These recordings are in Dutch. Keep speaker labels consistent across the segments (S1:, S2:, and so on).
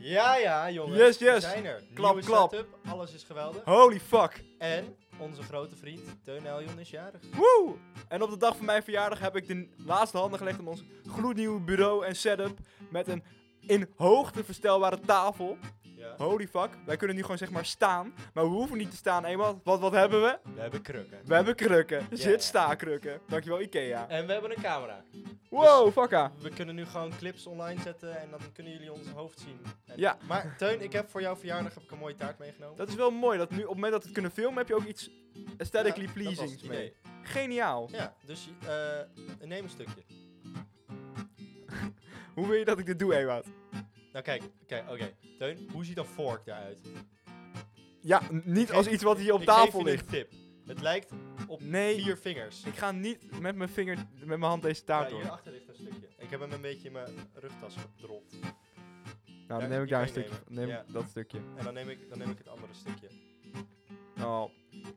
S1: Ja, ja, jongens.
S2: Yes,
S1: We
S2: yes.
S1: zijn er.
S2: Klap,
S1: Nieuwe
S2: klap.
S1: setup, alles is geweldig.
S2: Holy fuck.
S1: En onze grote vriend Teun Eljon is jarig.
S2: Woe! En op de dag van mijn verjaardag heb ik de laatste handen gelegd aan ons gloednieuwe bureau en setup. Met een in hoogte verstelbare tafel.
S1: Ja.
S2: Holy fuck. Wij kunnen nu gewoon zeg maar staan. Maar we hoeven niet te staan, eenmaal. Want wat hebben we?
S1: We hebben krukken.
S2: We hebben krukken. Zit sta krukken. Dankjewel Ikea.
S1: En we hebben een camera.
S2: Wow, ah. fucka.
S1: We kunnen nu gewoon clips online zetten en dan kunnen jullie ons hoofd zien. En-
S2: Ja.
S1: Maar Teun, ik heb voor jouw verjaardag heb ik een mooie taart meegenomen.
S2: Dat is wel mooi. Dat nu op het moment dat we het kunnen filmen heb je ook iets aesthetically
S1: Ja, dat was
S2: pleasing
S1: het
S2: mee.
S1: idee.
S2: Geniaal.
S1: Ja, dus eh, neem een stukje.
S2: Hoe wil je dat ik dit doe, Ewout?
S1: Nou kijk, kijk, oké. Teun, hoe ziet een fork eruit?
S2: Ja, n- niet als iets wat hier op
S1: Ik
S2: tafel
S1: geef je
S2: ligt.
S1: een tip. Het lijkt op
S2: Nee.
S1: vier vingers.
S2: Ik ga niet met mijn vinger, met mijn hand deze taart
S1: ja,
S2: door.
S1: hierachter ligt een stukje. Ik heb hem een beetje in mijn rugtas gedropt.
S2: Nou,
S1: Ja,
S2: dan neem
S1: die
S2: ik daar een
S1: kan je
S2: stukje. van. Neem
S1: nemen.
S2: ik dat stukje.
S1: En dan neem, ik, dan neem ik het andere stukje.
S2: Oh,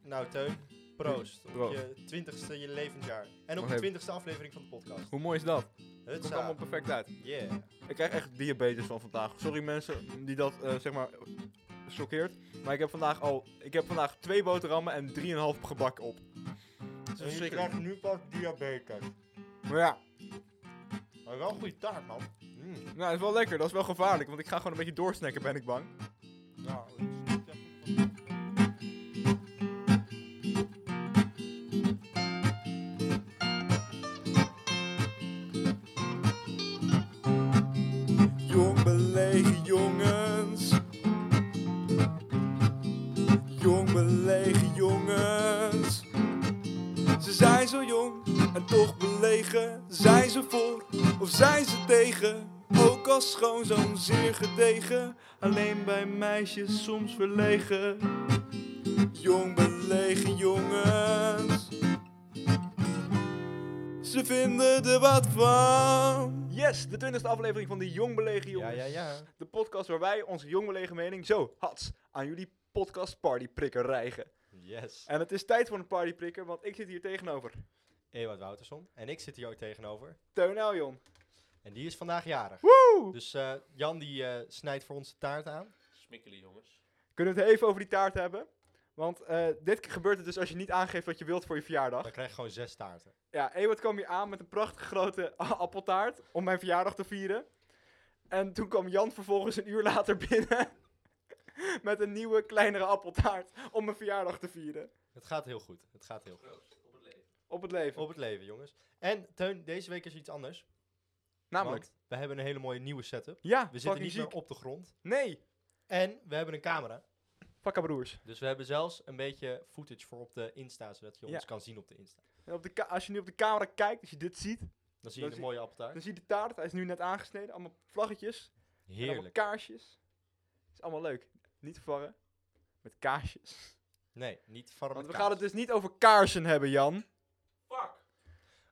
S1: Nou, Teun, proost. Op
S2: Proost.
S1: je twintigste je levensjaar. En op
S2: Nog
S1: de
S2: even.
S1: twintigste aflevering van de podcast.
S2: hoe mooi is eh, dat? Het
S1: Het
S2: komt allemaal perfect uit.
S1: Yeah.
S2: Ik krijg echt diabetes van vandaag. Sorry mensen die dat, eh, zeg maar, choqueert. Maar ik heb vandaag al, ik heb vandaag twee boterhammen en drieënhalf gebak op. Dat is verschrikkelijk.
S1: nu pas diabetes.
S2: Maar ja,
S1: Maar wel een goede taart, man. Mm.
S2: nou, dat is wel lekker. Dat is wel gevaarlijk, want ik ga gewoon een beetje doorsnacken, ben ik bang.
S1: Nou,
S2: Jong belegen jongens. Jong belegen jongens. Ze zijn zo jong en toch belegen. Zijn ze voor of zijn ze tegen? Ook als schoonzoon zeer gedegen. Alleen bij meisjes soms verlegen. Jong belegen jongens. Ze vinden er wat van. Yes, de twintigste aflevering van de Jong Belegen
S1: ja,
S2: Jongens.
S1: ja, ja.
S2: De podcast waar wij onze jong belegen mening zo hats aan jullie podcastparty prikken rijgen.
S1: Yes.
S2: En het is tijd voor een party prikker, want ik zit hier tegenover.
S1: Ewout Wouterson. En ik zit hier ook tegenover.
S2: Teun Eljon.
S1: En die is vandaag jarig.
S2: Woe!
S1: Dus eh, Jan die eh, snijdt voor ons de taart aan.
S3: Smikkelen, jongens.
S2: Kunnen we het even over die taart hebben? Want eh, dit keer gebeurt het dus als je niet aangeeft wat je wilt voor je verjaardag.
S1: Dan krijg je gewoon zes taarten.
S2: Ja, Ewart kwam hier aan met een prachtige grote a- appeltaart om mijn verjaardag te vieren. En toen kwam Jan vervolgens een uur later binnen met een nieuwe, kleinere appeltaart om mijn verjaardag te vieren.
S1: Het gaat heel goed. Het gaat heel goed.
S3: Op het leven.
S2: Op het leven.
S1: Op het leven, jongens. En Teun, deze week is iets anders.
S2: Namelijk.
S1: Want we hebben een hele mooie nieuwe setup.
S2: Ja,
S1: We zitten niet
S2: ziek.
S1: meer op de grond.
S2: Nee,
S1: En we hebben een camera.
S2: Fakka broers.
S1: Dus we hebben zelfs een beetje footage voor op de Insta, zodat je
S2: Ja.
S1: ons kan zien op de Insta.
S2: En op de ka- als je nu op de camera kijkt, als je dit ziet,
S1: Dan zie
S2: Dan
S1: je een
S2: zie-
S1: mooie appeltaart.
S2: dan zie je de taart. Hij is nu net aangesneden. Allemaal vlaggetjes. en Allemaal
S1: Heerlijk.
S2: kaarsjes. Is allemaal leuk. Niet te verwarren met kaarsjes.
S1: Nee, niet farm.
S2: Want we gaan het dus niet over kaarsen hebben, Jan.
S3: Fuck!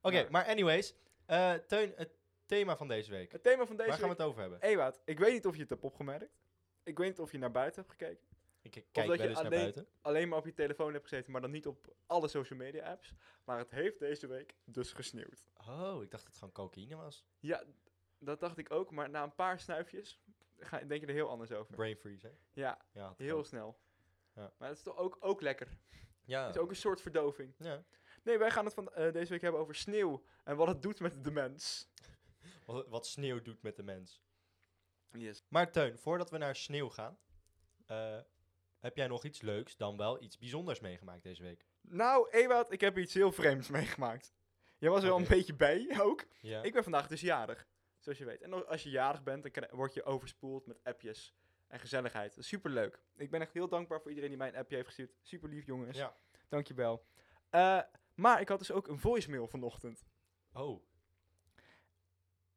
S1: Oké,
S2: Nou.
S1: maar anyways. eh, Teun, het thema van deze week.
S2: Het thema Eh, van deze
S1: Waar gaan we
S2: week...
S1: het over hebben?
S2: Ewout, ik weet niet of je het hebt opgemerkt. Ik weet niet of je naar buiten hebt gekeken.
S1: Ik kijk
S2: dat
S1: wel
S2: je
S1: eens naar
S2: alleen-
S1: buiten.
S2: Alleen maar op je telefoon hebt gezeten, maar dan niet op alle social media apps. Maar het heeft deze week dus gesneeuwd.
S1: Oh, ik dacht dat het gewoon cocaïne was.
S2: Ja, dat dacht ik ook, maar na een paar snuifjes ga, denk je er heel anders over.
S1: Brain freeze, hè?
S2: Ja,
S1: Ja, had ik
S2: Heel
S1: ook.
S2: snel.
S1: Ja.
S2: Maar dat is toch ook, ook lekker. Het
S1: Ja.
S2: is ook een soort verdoving.
S1: ja.
S2: Nee, wij gaan het van eh, deze week hebben over sneeuw en wat het doet met de mens.
S1: Wat, wat sneeuw doet met de mens.
S2: Yes.
S1: Maar Teun, voordat we naar sneeuw gaan, eh, heb jij nog iets leuks dan wel iets bijzonders meegemaakt deze week?
S2: Nou, Ewout, ik heb iets heel vreemds meegemaakt. Jij was er wel
S1: Oké.
S2: een beetje bij ook.
S1: Ja.
S2: Ik ben vandaag dus jarig, zoals je weet. En als je jarig bent, dan kri- word je overspoeld met appjes en gezelligheid. Dat is superleuk. Ik ben echt heel dankbaar voor iedereen die mij een appje heeft gestuurd. Super lief, jongens.
S1: Ja.
S2: Dankjewel. Eh, maar ik had dus ook een voicemail vanochtend.
S1: Oh,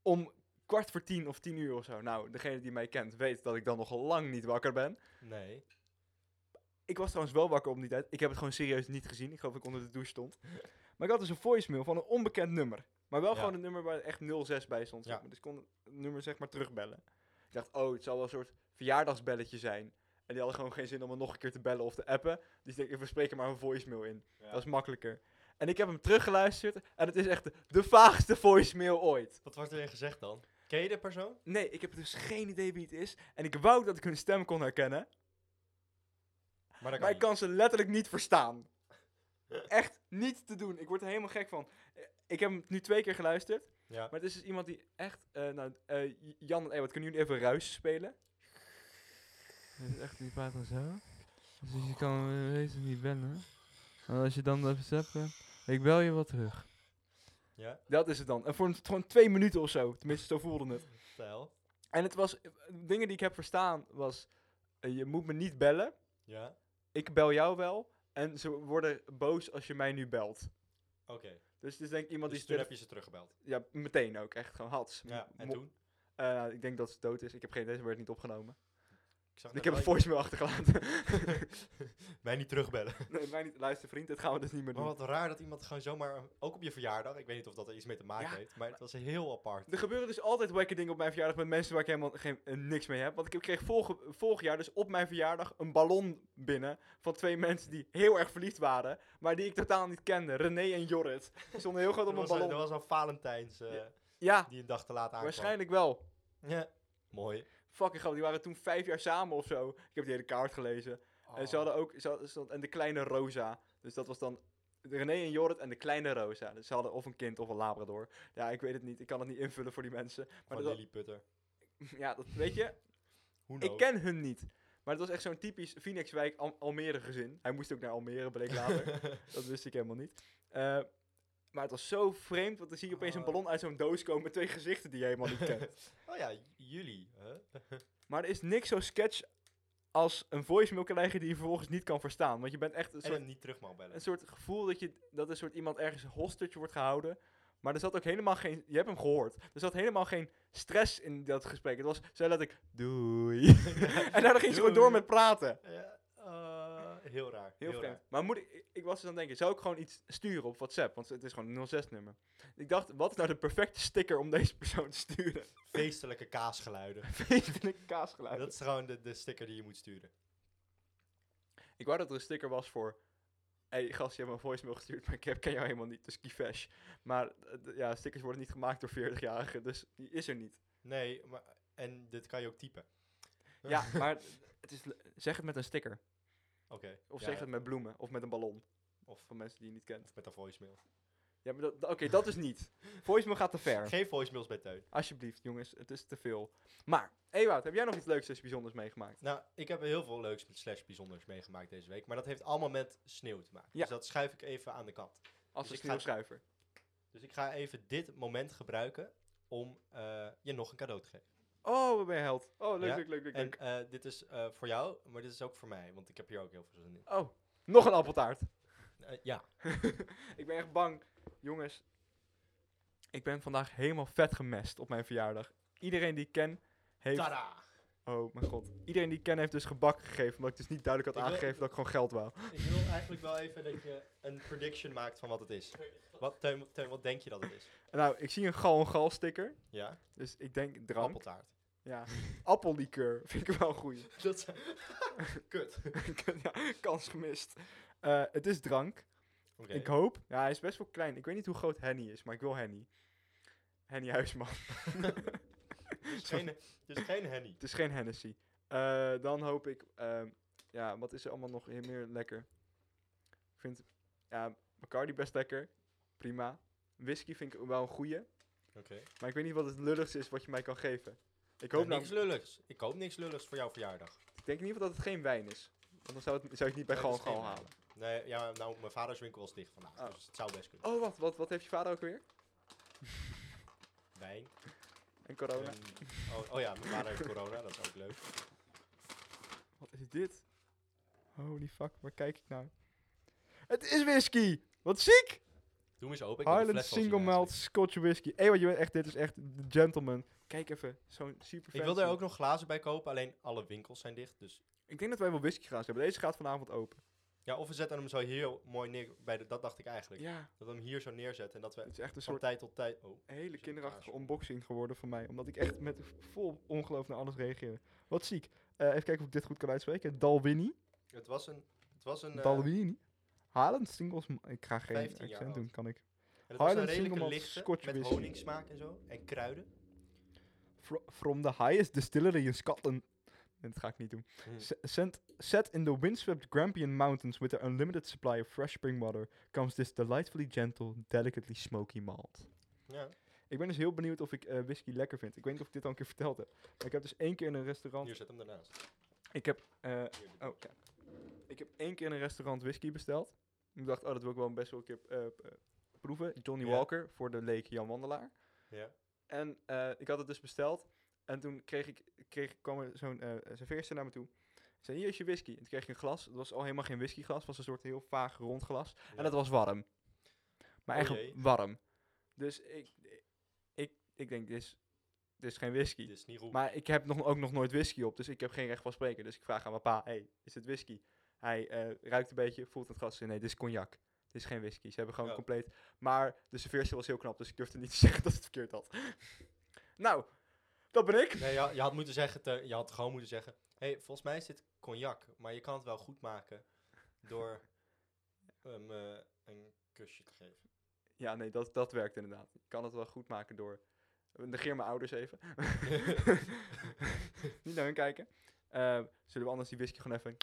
S2: om kwart voor tien of tien uur of zo. Nou, degene die mij kent weet dat ik dan nog lang niet wakker ben.
S1: nee.
S2: Ik was trouwens wel wakker op die tijd. Ik heb het gewoon serieus niet gezien. Ik geloof dat ik onder de douche stond. Maar ik had dus een voicemail van een onbekend nummer. Maar wel
S1: Ja.
S2: gewoon een nummer waar echt 06 bij stond. Zeg
S1: Ja.
S2: maar. Dus ik kon het nummer zeg maar terugbellen. Ik dacht, oh, het zal wel een soort verjaardagsbelletje zijn. En die hadden gewoon geen zin om me nog een keer te bellen of te appen. Dus ik denk, ik, we spreken maar een voicemail in.
S1: Ja.
S2: Dat is makkelijker. En ik heb hem teruggeluisterd. En het is echt de vaagste voicemail ooit.
S1: Wat wordt er gezegd dan? Ken je de persoon?
S2: Nee, ik heb dus geen idee wie het is. En ik wou dat ik hun stem kon herkennen.
S1: Maar dat kan
S2: Maar ik
S1: niet.
S2: kan ze letterlijk niet verstaan. Echt niet te doen. Ik word er helemaal gek van. Eh, Ik heb hem nu twee keer geluisterd.
S1: Ja.
S2: Maar het is dus iemand die echt... eh, nou, eh, J- Jan en Ewart, kunnen jullie even ruis spelen?
S4: Het is echt, die praat dan zo. Dus je kan eh, wezen wie ik ben, hè. En als je dan dat besef hebt, ik bel je wel terug.
S1: Ja,
S2: Dat is het dan. En voor een, gewoon twee minuten of zo. Tenminste, zo voelde het.
S1: stijl.
S2: En het was... eh, Dingen die ik heb verstaan was... eh, je moet me niet bellen.
S1: Ja,
S2: Ik bel jou wel. En ze worden boos als je mij nu belt.
S1: oké.
S2: Dus het is denk ik iemand
S1: Dus
S2: die...
S1: toen
S2: zijn
S1: heb je ze teruggebeld.
S2: tele- Ja, meteen ook. Echt gewoon hats.
S1: Ja, en
S2: Mo-
S1: toen?
S2: Eh, ik denk dat ze dood is. Ik heb geen idee. Ze werd niet opgenomen.
S1: Oh, Ik, zag
S2: Ik
S1: net
S2: heb een
S1: wel-
S2: voicemail achtergelaten.
S1: Mij niet terugbellen.
S2: nee, mij niet. Luister vriend, dat gaan we dus niet meer
S1: Maar
S2: doen.
S1: wat raar dat iemand gewoon zomaar, ook op je verjaardag, ik weet niet of dat er iets mee te maken
S2: Ja,
S1: heeft, maar het was heel apart.
S2: Er gebeuren dus altijd wekke dingen op mijn verjaardag met mensen waar ik helemaal geen, eh, niks mee heb. Want ik kreeg vorige, vorig jaar dus op mijn verjaardag een ballon binnen van twee mensen die heel erg verliefd waren. Maar die ik totaal niet kende. René en Jorrit. Die stonden heel groot
S1: Dat
S2: op een
S1: was, een,
S2: ballon.
S1: dat was een Valentijns eh,
S2: Ja,
S1: die een dag te laat aankwam.
S2: waarschijnlijk wel.
S1: Ja, mooi.
S2: Fucking grappig. Die waren toen vijf jaar samen of zo. Ik heb die hele kaart gelezen. En ze
S1: Oh.
S2: hadden ook... Ze hadden- ze hadden- en de kleine Rosa. Dus dat was dan... René en Jorrit en de kleine Rosa. Dus ze hadden of een kind of een labrador. Ja, ik weet het niet. Ik kan het niet invullen voor die mensen. Maar
S1: Van
S2: dat,
S1: Lily Putter.
S2: ja, dat weet je.
S1: Hoe
S2: Ik ken hun niet. Maar het was echt zo'n typisch Phoenixwijk Al- Almere gezin. Hij moest ook naar Almere, bleek later. dat wist ik helemaal niet. Eh, maar het was zo vreemd, want dan zie je opeens een
S1: Oh.
S2: ballon uit zo'n doos komen met twee gezichten die je helemaal niet kent.
S1: oh ja, j- jullie. hè?
S2: Maar er is niks zo sketch als een voicemail krijgen die je vervolgens niet kan verstaan. Want je bent echt een
S1: En
S2: soort,
S1: hem niet terug mag bellen.
S2: een soort gevoel dat, je, dat een soort iemand ergens hostage wordt gehouden. Maar er zat ook helemaal geen... Je hebt hem gehoord. Er zat helemaal geen stress in dat gesprek. Het was, zij laat ik, doei. en daarna ging ze gewoon door
S1: Doei.
S2: met praten.
S1: Ja, eh, heel raar.
S2: Heel,
S1: heel
S2: vreemd.
S1: raar.
S2: Maar moet ik, ik was dus aan het denken, zou ik gewoon iets sturen op WhatsApp? Want het is gewoon een 06-nummer. Ik dacht, wat is nou de perfecte sticker om deze persoon te sturen?
S1: Feestelijke kaasgeluiden.
S2: Feestelijk kaasgeluid.
S1: Dat is gewoon de, de sticker die je moet sturen.
S2: Ik wou dat er een sticker was voor... hey, gast, je hebt me een voicemail gestuurd, maar ik heb, ken jou helemaal niet, dus kiefash. Maar eh, d- ja, stickers worden niet gemaakt door 40-jarigen, dus die is er niet.
S1: Nee, maar, en dit kan je ook typen.
S2: Ja, maar het is, le- zeg het met een sticker.
S1: Oké.
S2: Of
S1: ja,
S2: zeg het met bloemen, of met een ballon.
S1: Of-
S2: van mensen die je niet kent.
S1: of met een voicemail.
S2: Ja, maar dat, oké, dat is niet. Voicemail gaat te ver.
S1: Geen voicemails bij Teun.
S2: Alsjeblieft, jongens, het is te veel. Maar, Ewout, heb jij nog iets leuks en bijzonders meegemaakt?
S1: Nou, ik heb heel veel leuks slash bijzonders meegemaakt deze week. Maar dat heeft allemaal met sneeuw te maken.
S2: Ja.
S1: Dus dat schuif ik even aan de kant.
S2: Als
S1: Dus
S2: een
S1: ik ga-
S2: sneeuwschuiver.
S1: Dus ik ga even dit moment gebruiken om eh, je nog een cadeau te geven.
S2: Oh, we ben je held. Oh, leuk,
S1: Ja,
S2: leuk, leuk, leuk.
S1: En
S2: leuk.
S1: eh, dit is eh, voor jou, maar dit is ook voor mij. Want ik heb hier ook heel veel zin in.
S2: Oh, nog een appeltaart.
S1: Eh, ja,
S2: Ik ben echt bang. Jongens, ik ben vandaag helemaal vet gemest op mijn verjaardag. Iedereen die ik ken heeft...
S1: tada!
S2: Oh, mijn god. Iedereen die ik ken heeft dus gebak gegeven, omdat ik dus niet duidelijk had
S1: Ik wil-
S2: aangegeven dat ik gewoon geld wou.
S1: Ik wil eigenlijk wel even dat je een prediction maakt van wat het is. Wat, Teun, Teun, wat denk je dat het is?
S2: Nou, ik zie een gal en gal sticker.
S1: Ja,
S2: Dus ik denk drank.
S1: appeltaart.
S2: Ja. Appellikeur vind ik wel goed.
S1: Dat is- Kut.
S2: ja, kans gemist. Eh, het is drank.
S1: Oké.
S2: Ik hoop. Ja, hij is best wel klein. Ik weet niet hoe groot Henny is, maar ik wil Henny. Henny Huisman.
S1: Het is Dus geen, het is geen Henny.
S2: het is geen Hennessy. Eh, dan hoop ik. ehm, ja, wat is er allemaal nog heel meer lekker? Ik vind. Ja, Bacardi best lekker. Prima. Whisky vind ik wel een goeie.
S1: Oké.
S2: Maar ik weet niet wat het lulligste is wat je mij kan geven. Ik
S1: Ik
S2: hoop
S1: hoop
S2: nou,
S1: niks lulligs. Ik hoop niks lulligs voor jouw verjaardag.
S2: ik denk in ieder geval dat het geen wijn is. Want dan zou, het, zou ik het niet bij
S1: Nee, dat
S2: gewoon
S1: is geen
S2: gewoon
S1: wijn.
S2: halen.
S1: Nee, ja, nou, mijn vaders winkel was dicht vandaag,
S2: Oh.
S1: dus het zou best kunnen.
S2: Oh, wat, wat, wat heeft je vader ook weer?
S1: Wijn.
S2: En corona.
S1: en- oh, oh ja, mijn vader heeft corona, dat is ook leuk.
S2: Wat is dit? Holy fuck, waar kijk ik nou? Het is whisky! Wat ziek!
S1: Doe hem eens open. Ik wil de
S2: Highland
S1: fles wel zien
S2: Single Malt
S1: eigenlijk.
S2: Scotch Whisky. Hé, wat je bent echt, dit is echt de gentleman. Kijk even, zo'n super
S1: Ik wil er ook nog glazen bij kopen, alleen alle winkels zijn dicht. Dus
S2: Ik denk dat wij wel whisky gaan hebben. Deze gaat vanavond open.
S1: ja, of we zetten hem zo heel mooi neer. Bij de, dat dacht ik eigenlijk.
S2: Ja,
S1: Dat we hem hier zo neerzetten en dat we
S2: het is echt een
S1: van
S2: soort
S1: tijd tot tijd. Oh,
S2: hele
S1: een
S2: kinderachtige
S1: kaarsje.
S2: unboxing geworden van mij. Omdat ik echt met vol ongeloof naar alles reageerde. Wat ziek. Eh, even kijken of ik dit goed kan uitspreken. Dalwini.
S1: het was een. Het was een. eh,
S2: Dalwini. Highland Singles... Ma- Ik ga geen
S1: 15 jaar
S2: accent
S1: oud.
S2: doen, kan ik.
S1: het was een
S2: Highland
S1: redelijke
S2: Single Malt
S1: lichte
S2: Scotch
S1: met
S2: whisky.
S1: honingsmaak en zo en kruiden.
S2: fro- from the highest distillery in Scotland. Nee, Dat ga ik niet doen.
S1: Hmm.
S2: S- sent- set in the windswept Grampian Mountains with their unlimited supply of fresh spring water comes this delightfully gentle, delicately smoky malt.
S1: Ja.
S2: Ik ben dus heel benieuwd of ik eh, whisky lekker vind. Ik weet niet of ik dit al een keer verteld heb. Maar ik heb dus één keer in een restaurant.
S1: Hier zet hem daarnaast.
S2: Ik heb eh,
S1: Hier, dit-
S2: Oh, ja. Ik heb één keer in een restaurant whisky besteld. Ik dacht, oh, dat wil ik wel best wel een keer eh, p- eh, proeven. Johnny
S1: Ja.
S2: Walker voor de leek Jan Wandelaar.
S1: Ja.
S2: En eh, ik had het dus besteld. En toen kreeg ik, kreeg, kwam er zo'n eh serveerster naar me toe. Ze zei, hier is je whisky. En toen kreeg ik een glas. Het was al helemaal geen whiskyglas. Het was een soort heel vaag rond glas.
S1: Ja.
S2: En dat was warm. Maar
S1: Oh
S2: echt
S1: jee.
S2: warm. Dus ik, ik, ik denk, dit is, dit is geen whisky.
S1: Dit is niet goed.
S2: Maar ik heb nog, ook nog nooit whisky op, dus ik heb geen recht van spreken. Dus ik vraag aan mijn pa, hey, is het whisky? Hij eh, ruikt een beetje, voelt het gas. Nee, dit is cognac. Dit is geen whisky. Ze hebben gewoon
S1: Ja.
S2: compleet... Maar de serveerster was heel knap, dus ik durfde niet te zeggen dat ze het verkeerd had. nou, dat ben ik.
S1: Nee, je, je had moeten zeggen, te- je had gewoon moeten zeggen, hey, volgens mij is dit cognac, maar je kan het wel goed maken door hem eh, een kusje te geven.
S2: Ja, nee, dat, dat werkt inderdaad. Ik kan het wel goed maken door... Negeer mijn ouders even. niet naar hun kijken. Eh, zullen we anders die whisky gewoon even...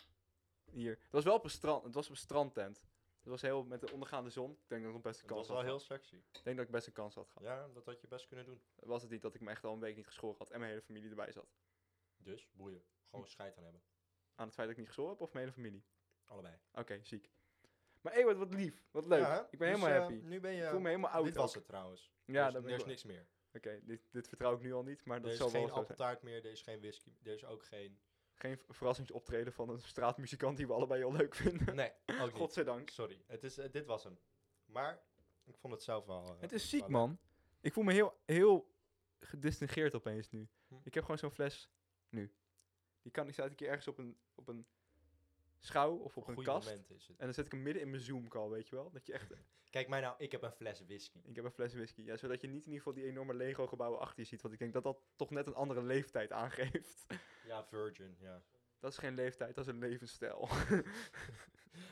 S2: Hier. Het was wel op een strand. Het was op een strandtent. Het was heel met de ondergaande zon. Ik denk dat ik nog best een
S1: Dat
S2: kans
S1: was
S2: had
S1: wel
S2: gehad.
S1: heel sexy.
S2: Ik denk dat ik best een kans had gehad.
S1: Ja, dat had je best kunnen doen.
S2: Was het niet dat ik me echt al een week niet geschoren had en mijn hele familie erbij zat?
S1: Dus, boeien.
S2: Hm.
S1: Gewoon scheid aan hebben.
S2: Aan het feit dat ik niet geschoren heb of mijn hele familie?
S1: Allebei.
S2: Oké, ziek. Maar Ewart, wat lief. Wat leuk.
S1: Ja,
S2: ik ben
S1: dus,
S2: helemaal
S1: eh,
S2: happy.
S1: Nu ben je...
S2: ik voel me helemaal oud.
S1: dit was
S2: ook.
S1: het trouwens.
S2: Ja,
S1: er is,
S2: dat
S1: er
S2: ben ik
S1: is
S2: wel.
S1: niks meer.
S2: Oké, dit, dit vertrouw ik nu al niet, maar dat
S1: Er is
S2: zal wel
S1: geen
S2: zo zijn.
S1: appeltaart meer, er is geen whisky, er is ook geen...
S2: Geen v- verrassingsoptreden van een straatmuzikant die we allebei heel leuk vinden.
S1: Nee, ook niet.
S2: Godzijdank.
S1: Sorry, het is, eh, dit was hem. Maar, ik vond het zelf wel... eh,
S2: Het is
S1: wel
S2: ziek,
S1: leuk.
S2: man. Ik voel me heel, heel gedistingeerd opeens nu.
S1: Hm.
S2: Ik heb gewoon zo'n fles nu. Die kan ik staat een keer ergens op een, op een schouw of op een
S1: Goeie
S2: kast.
S1: moment is het.
S2: En dan zet ik hem midden in mijn Zoom-call, weet je wel? Dat je echt
S1: Kijk mij nou, ik heb een fles whisky.
S2: Ik heb een fles whisky. Ja, zodat je niet in ieder geval die enorme Lego-gebouwen achter je ziet. Want ik denk dat dat toch net een andere leeftijd aangeeft.
S1: Ja, virgin, ja.
S2: Dat is geen leeftijd, dat is een levensstijl.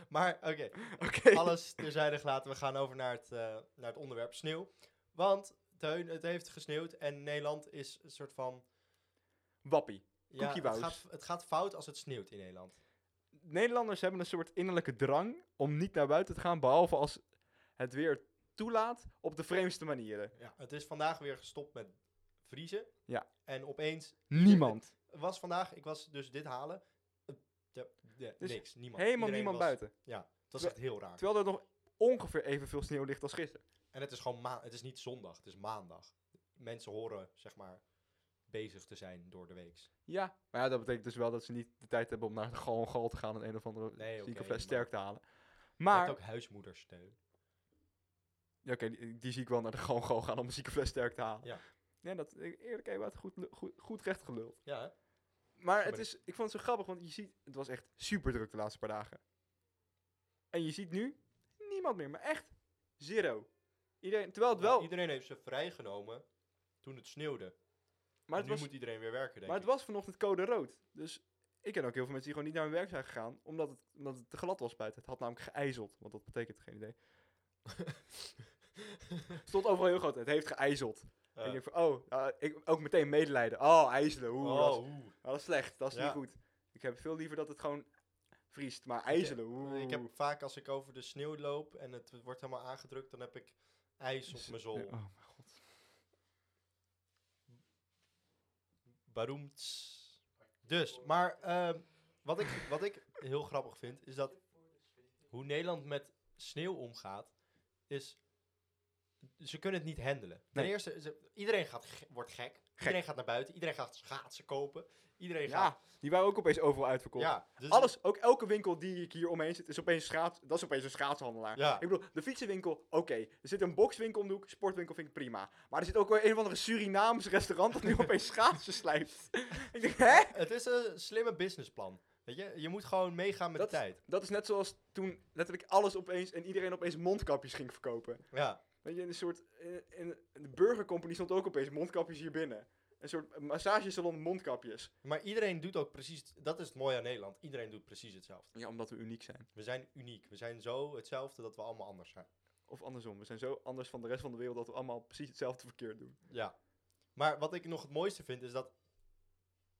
S1: Maar oké,
S2: Oké.
S1: alles terzijde gelaten. We gaan over naar het, eh, naar het onderwerp sneeuw. Want, Teun, het heeft gesneeuwd en Nederland is een soort van...
S2: Wappie.
S1: Ja, het
S2: Cookiewous.
S1: gaat, het gaat fout als het sneeuwt in Nederland.
S2: Nederlanders hebben een soort innerlijke drang om niet naar buiten te gaan. Behalve als het weer toelaat op de vreemdste manieren.
S1: Ja, het is vandaag weer gestopt met vriezen.
S2: Ja.
S1: En opeens
S2: Niemand.
S1: was vandaag, ik was dus dit halen. eh, de- de-
S2: Dus
S1: niks, niemand.
S2: Helemaal
S1: Iedereen
S2: niemand
S1: was-
S2: buiten.
S1: Dat is echt heel raar.
S2: Terwijl er nog ongeveer evenveel sneeuw ligt als gisteren.
S1: En het is gewoon ma het is niet zondag, het is maandag. Mensen horen, zeg maar, bezig te zijn door de week.
S2: Ja, maar ja, dat betekent dus wel dat ze niet de tijd hebben om naar de gal en gal te gaan en een of andere
S1: Nee,
S2: zieke
S1: oké,
S2: fles
S1: maar-
S2: sterk te halen.
S1: Maar...
S2: Maar
S1: Je hebt ook huismoedersteun.
S2: Ja, oké, die, die zie ik wel naar de gongo gaan om een zieke fles sterk te halen.
S1: Ja.
S2: Nee, dat, eh, eerlijk, hij had goed, lu- goed, goed recht geluld.
S1: Ja, hè?
S2: Maar
S1: ben
S2: het
S1: ik.
S2: is, ik vond het zo grappig, want je ziet, het was echt super druk de laatste paar dagen. En je ziet nu niemand meer, maar echt zero. Iedereen, terwijl het
S1: Ja,
S2: wel,
S1: iedereen heeft ze vrijgenomen toen het sneeuwde.
S2: maar,
S1: en
S2: het
S1: nu
S2: was,
S1: moet iedereen weer werken, denk
S2: maar het
S1: ik.
S2: was vanochtend code rood. Dus ik ken ook heel veel mensen die gewoon niet naar hun werk zijn gegaan, omdat het, omdat het te glad was buiten. Het had namelijk geijzeld, want dat betekent geen idee. Stond overal heel groot, het heeft geijzeld.
S1: Eh,
S2: En ik denk van, oh, ja, ik, ook meteen medelijden. Oh, ijzelen, hoe
S1: oh,
S2: was
S1: oeh.
S2: Ja, dat is slecht. Dat is
S1: Ja.
S2: niet goed. Ik heb veel liever dat het gewoon vriest. Maar ijzelen, oeh.
S1: Ik heb vaak als ik over de sneeuw loop en het wordt helemaal aangedrukt, dan heb ik ijs op mijn zool.
S2: Oh mijn god.
S1: Baroemts. Dus, maar ehm, wat, ik, wat ik heel grappig vind, is dat hoe Nederland met sneeuw omgaat, is ze kunnen het niet handelen. Ten
S2: Nee.
S1: eerste, ze- iedereen gaat, ge- wordt gek. Iedereen gaat naar buiten. Iedereen gaat schaatsen kopen. Iedereen gaat...
S2: Ja, die waren ook opeens overal uitverkocht.
S1: Ja, dus-
S2: Alles, ook elke winkel die ik hier omheen zit, is opeens schaats... Dat is opeens een schaatshandelaar.
S1: Ja.
S2: Ik bedoel, de fietsenwinkel, oké. Er zit een bokswinkel om de hoek, sportwinkel vind ik prima. Maar er zit ook weer een of andere Surinaams restaurant dat nu opeens schaatsen slijpt. ik denk, hè?
S1: Het is een slimme businessplan. Weet je, je moet gewoon meegaan met
S2: Dat
S1: de
S2: is-
S1: tijd.
S2: Dat is net zoals toen letterlijk alles opeens en iedereen opeens mondkapjes ging verkopen.
S1: Ja,
S2: Weet je, in een soort. In, in, de burgercompany stond ook opeens mondkapjes hier binnen. Een soort massagesalon mondkapjes.
S1: maar iedereen doet ook precies... Dat is het mooie aan Nederland. Iedereen doet precies hetzelfde.
S2: Ja, omdat we uniek zijn.
S1: We zijn uniek. We zijn zo hetzelfde dat we allemaal anders zijn.
S2: Of andersom, we zijn zo anders van de rest van de wereld dat we allemaal precies hetzelfde verkeerd doen.
S1: Ja. Maar wat ik nog het mooiste vind is dat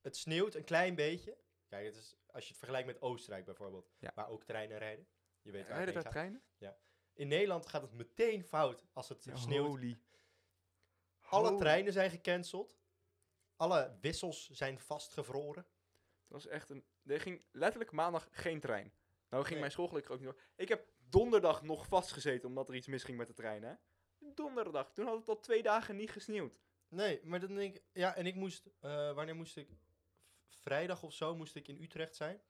S1: het sneeuwt een klein beetje. Kijk, het is, als je het vergelijkt met Oostenrijk bijvoorbeeld,
S2: Ja.
S1: waar ook treinen rijden. Je weet waar
S2: Rijden
S1: het heen
S2: daar
S1: gaat.
S2: treinen?
S1: In Nederland gaat het meteen fout als het sneeuwt.
S2: Holy.
S1: Alle
S2: Holy.
S1: treinen zijn gecanceld. Alle wissels zijn vastgevroren.
S2: Het was echt een... Er ging letterlijk maandag geen trein. Nou ging
S1: Nee.
S2: mijn school gelukkig ook niet door. Ik heb donderdag nog vastgezeten omdat er iets misging met de trein, hè. Donderdag. Toen had het al twee dagen niet gesneeuwd.
S1: Nee, maar dan denk ik... Ja, en ik moest... eh, wanneer moest ik... v- Vrijdag of zo moest ik in Utrecht zijn.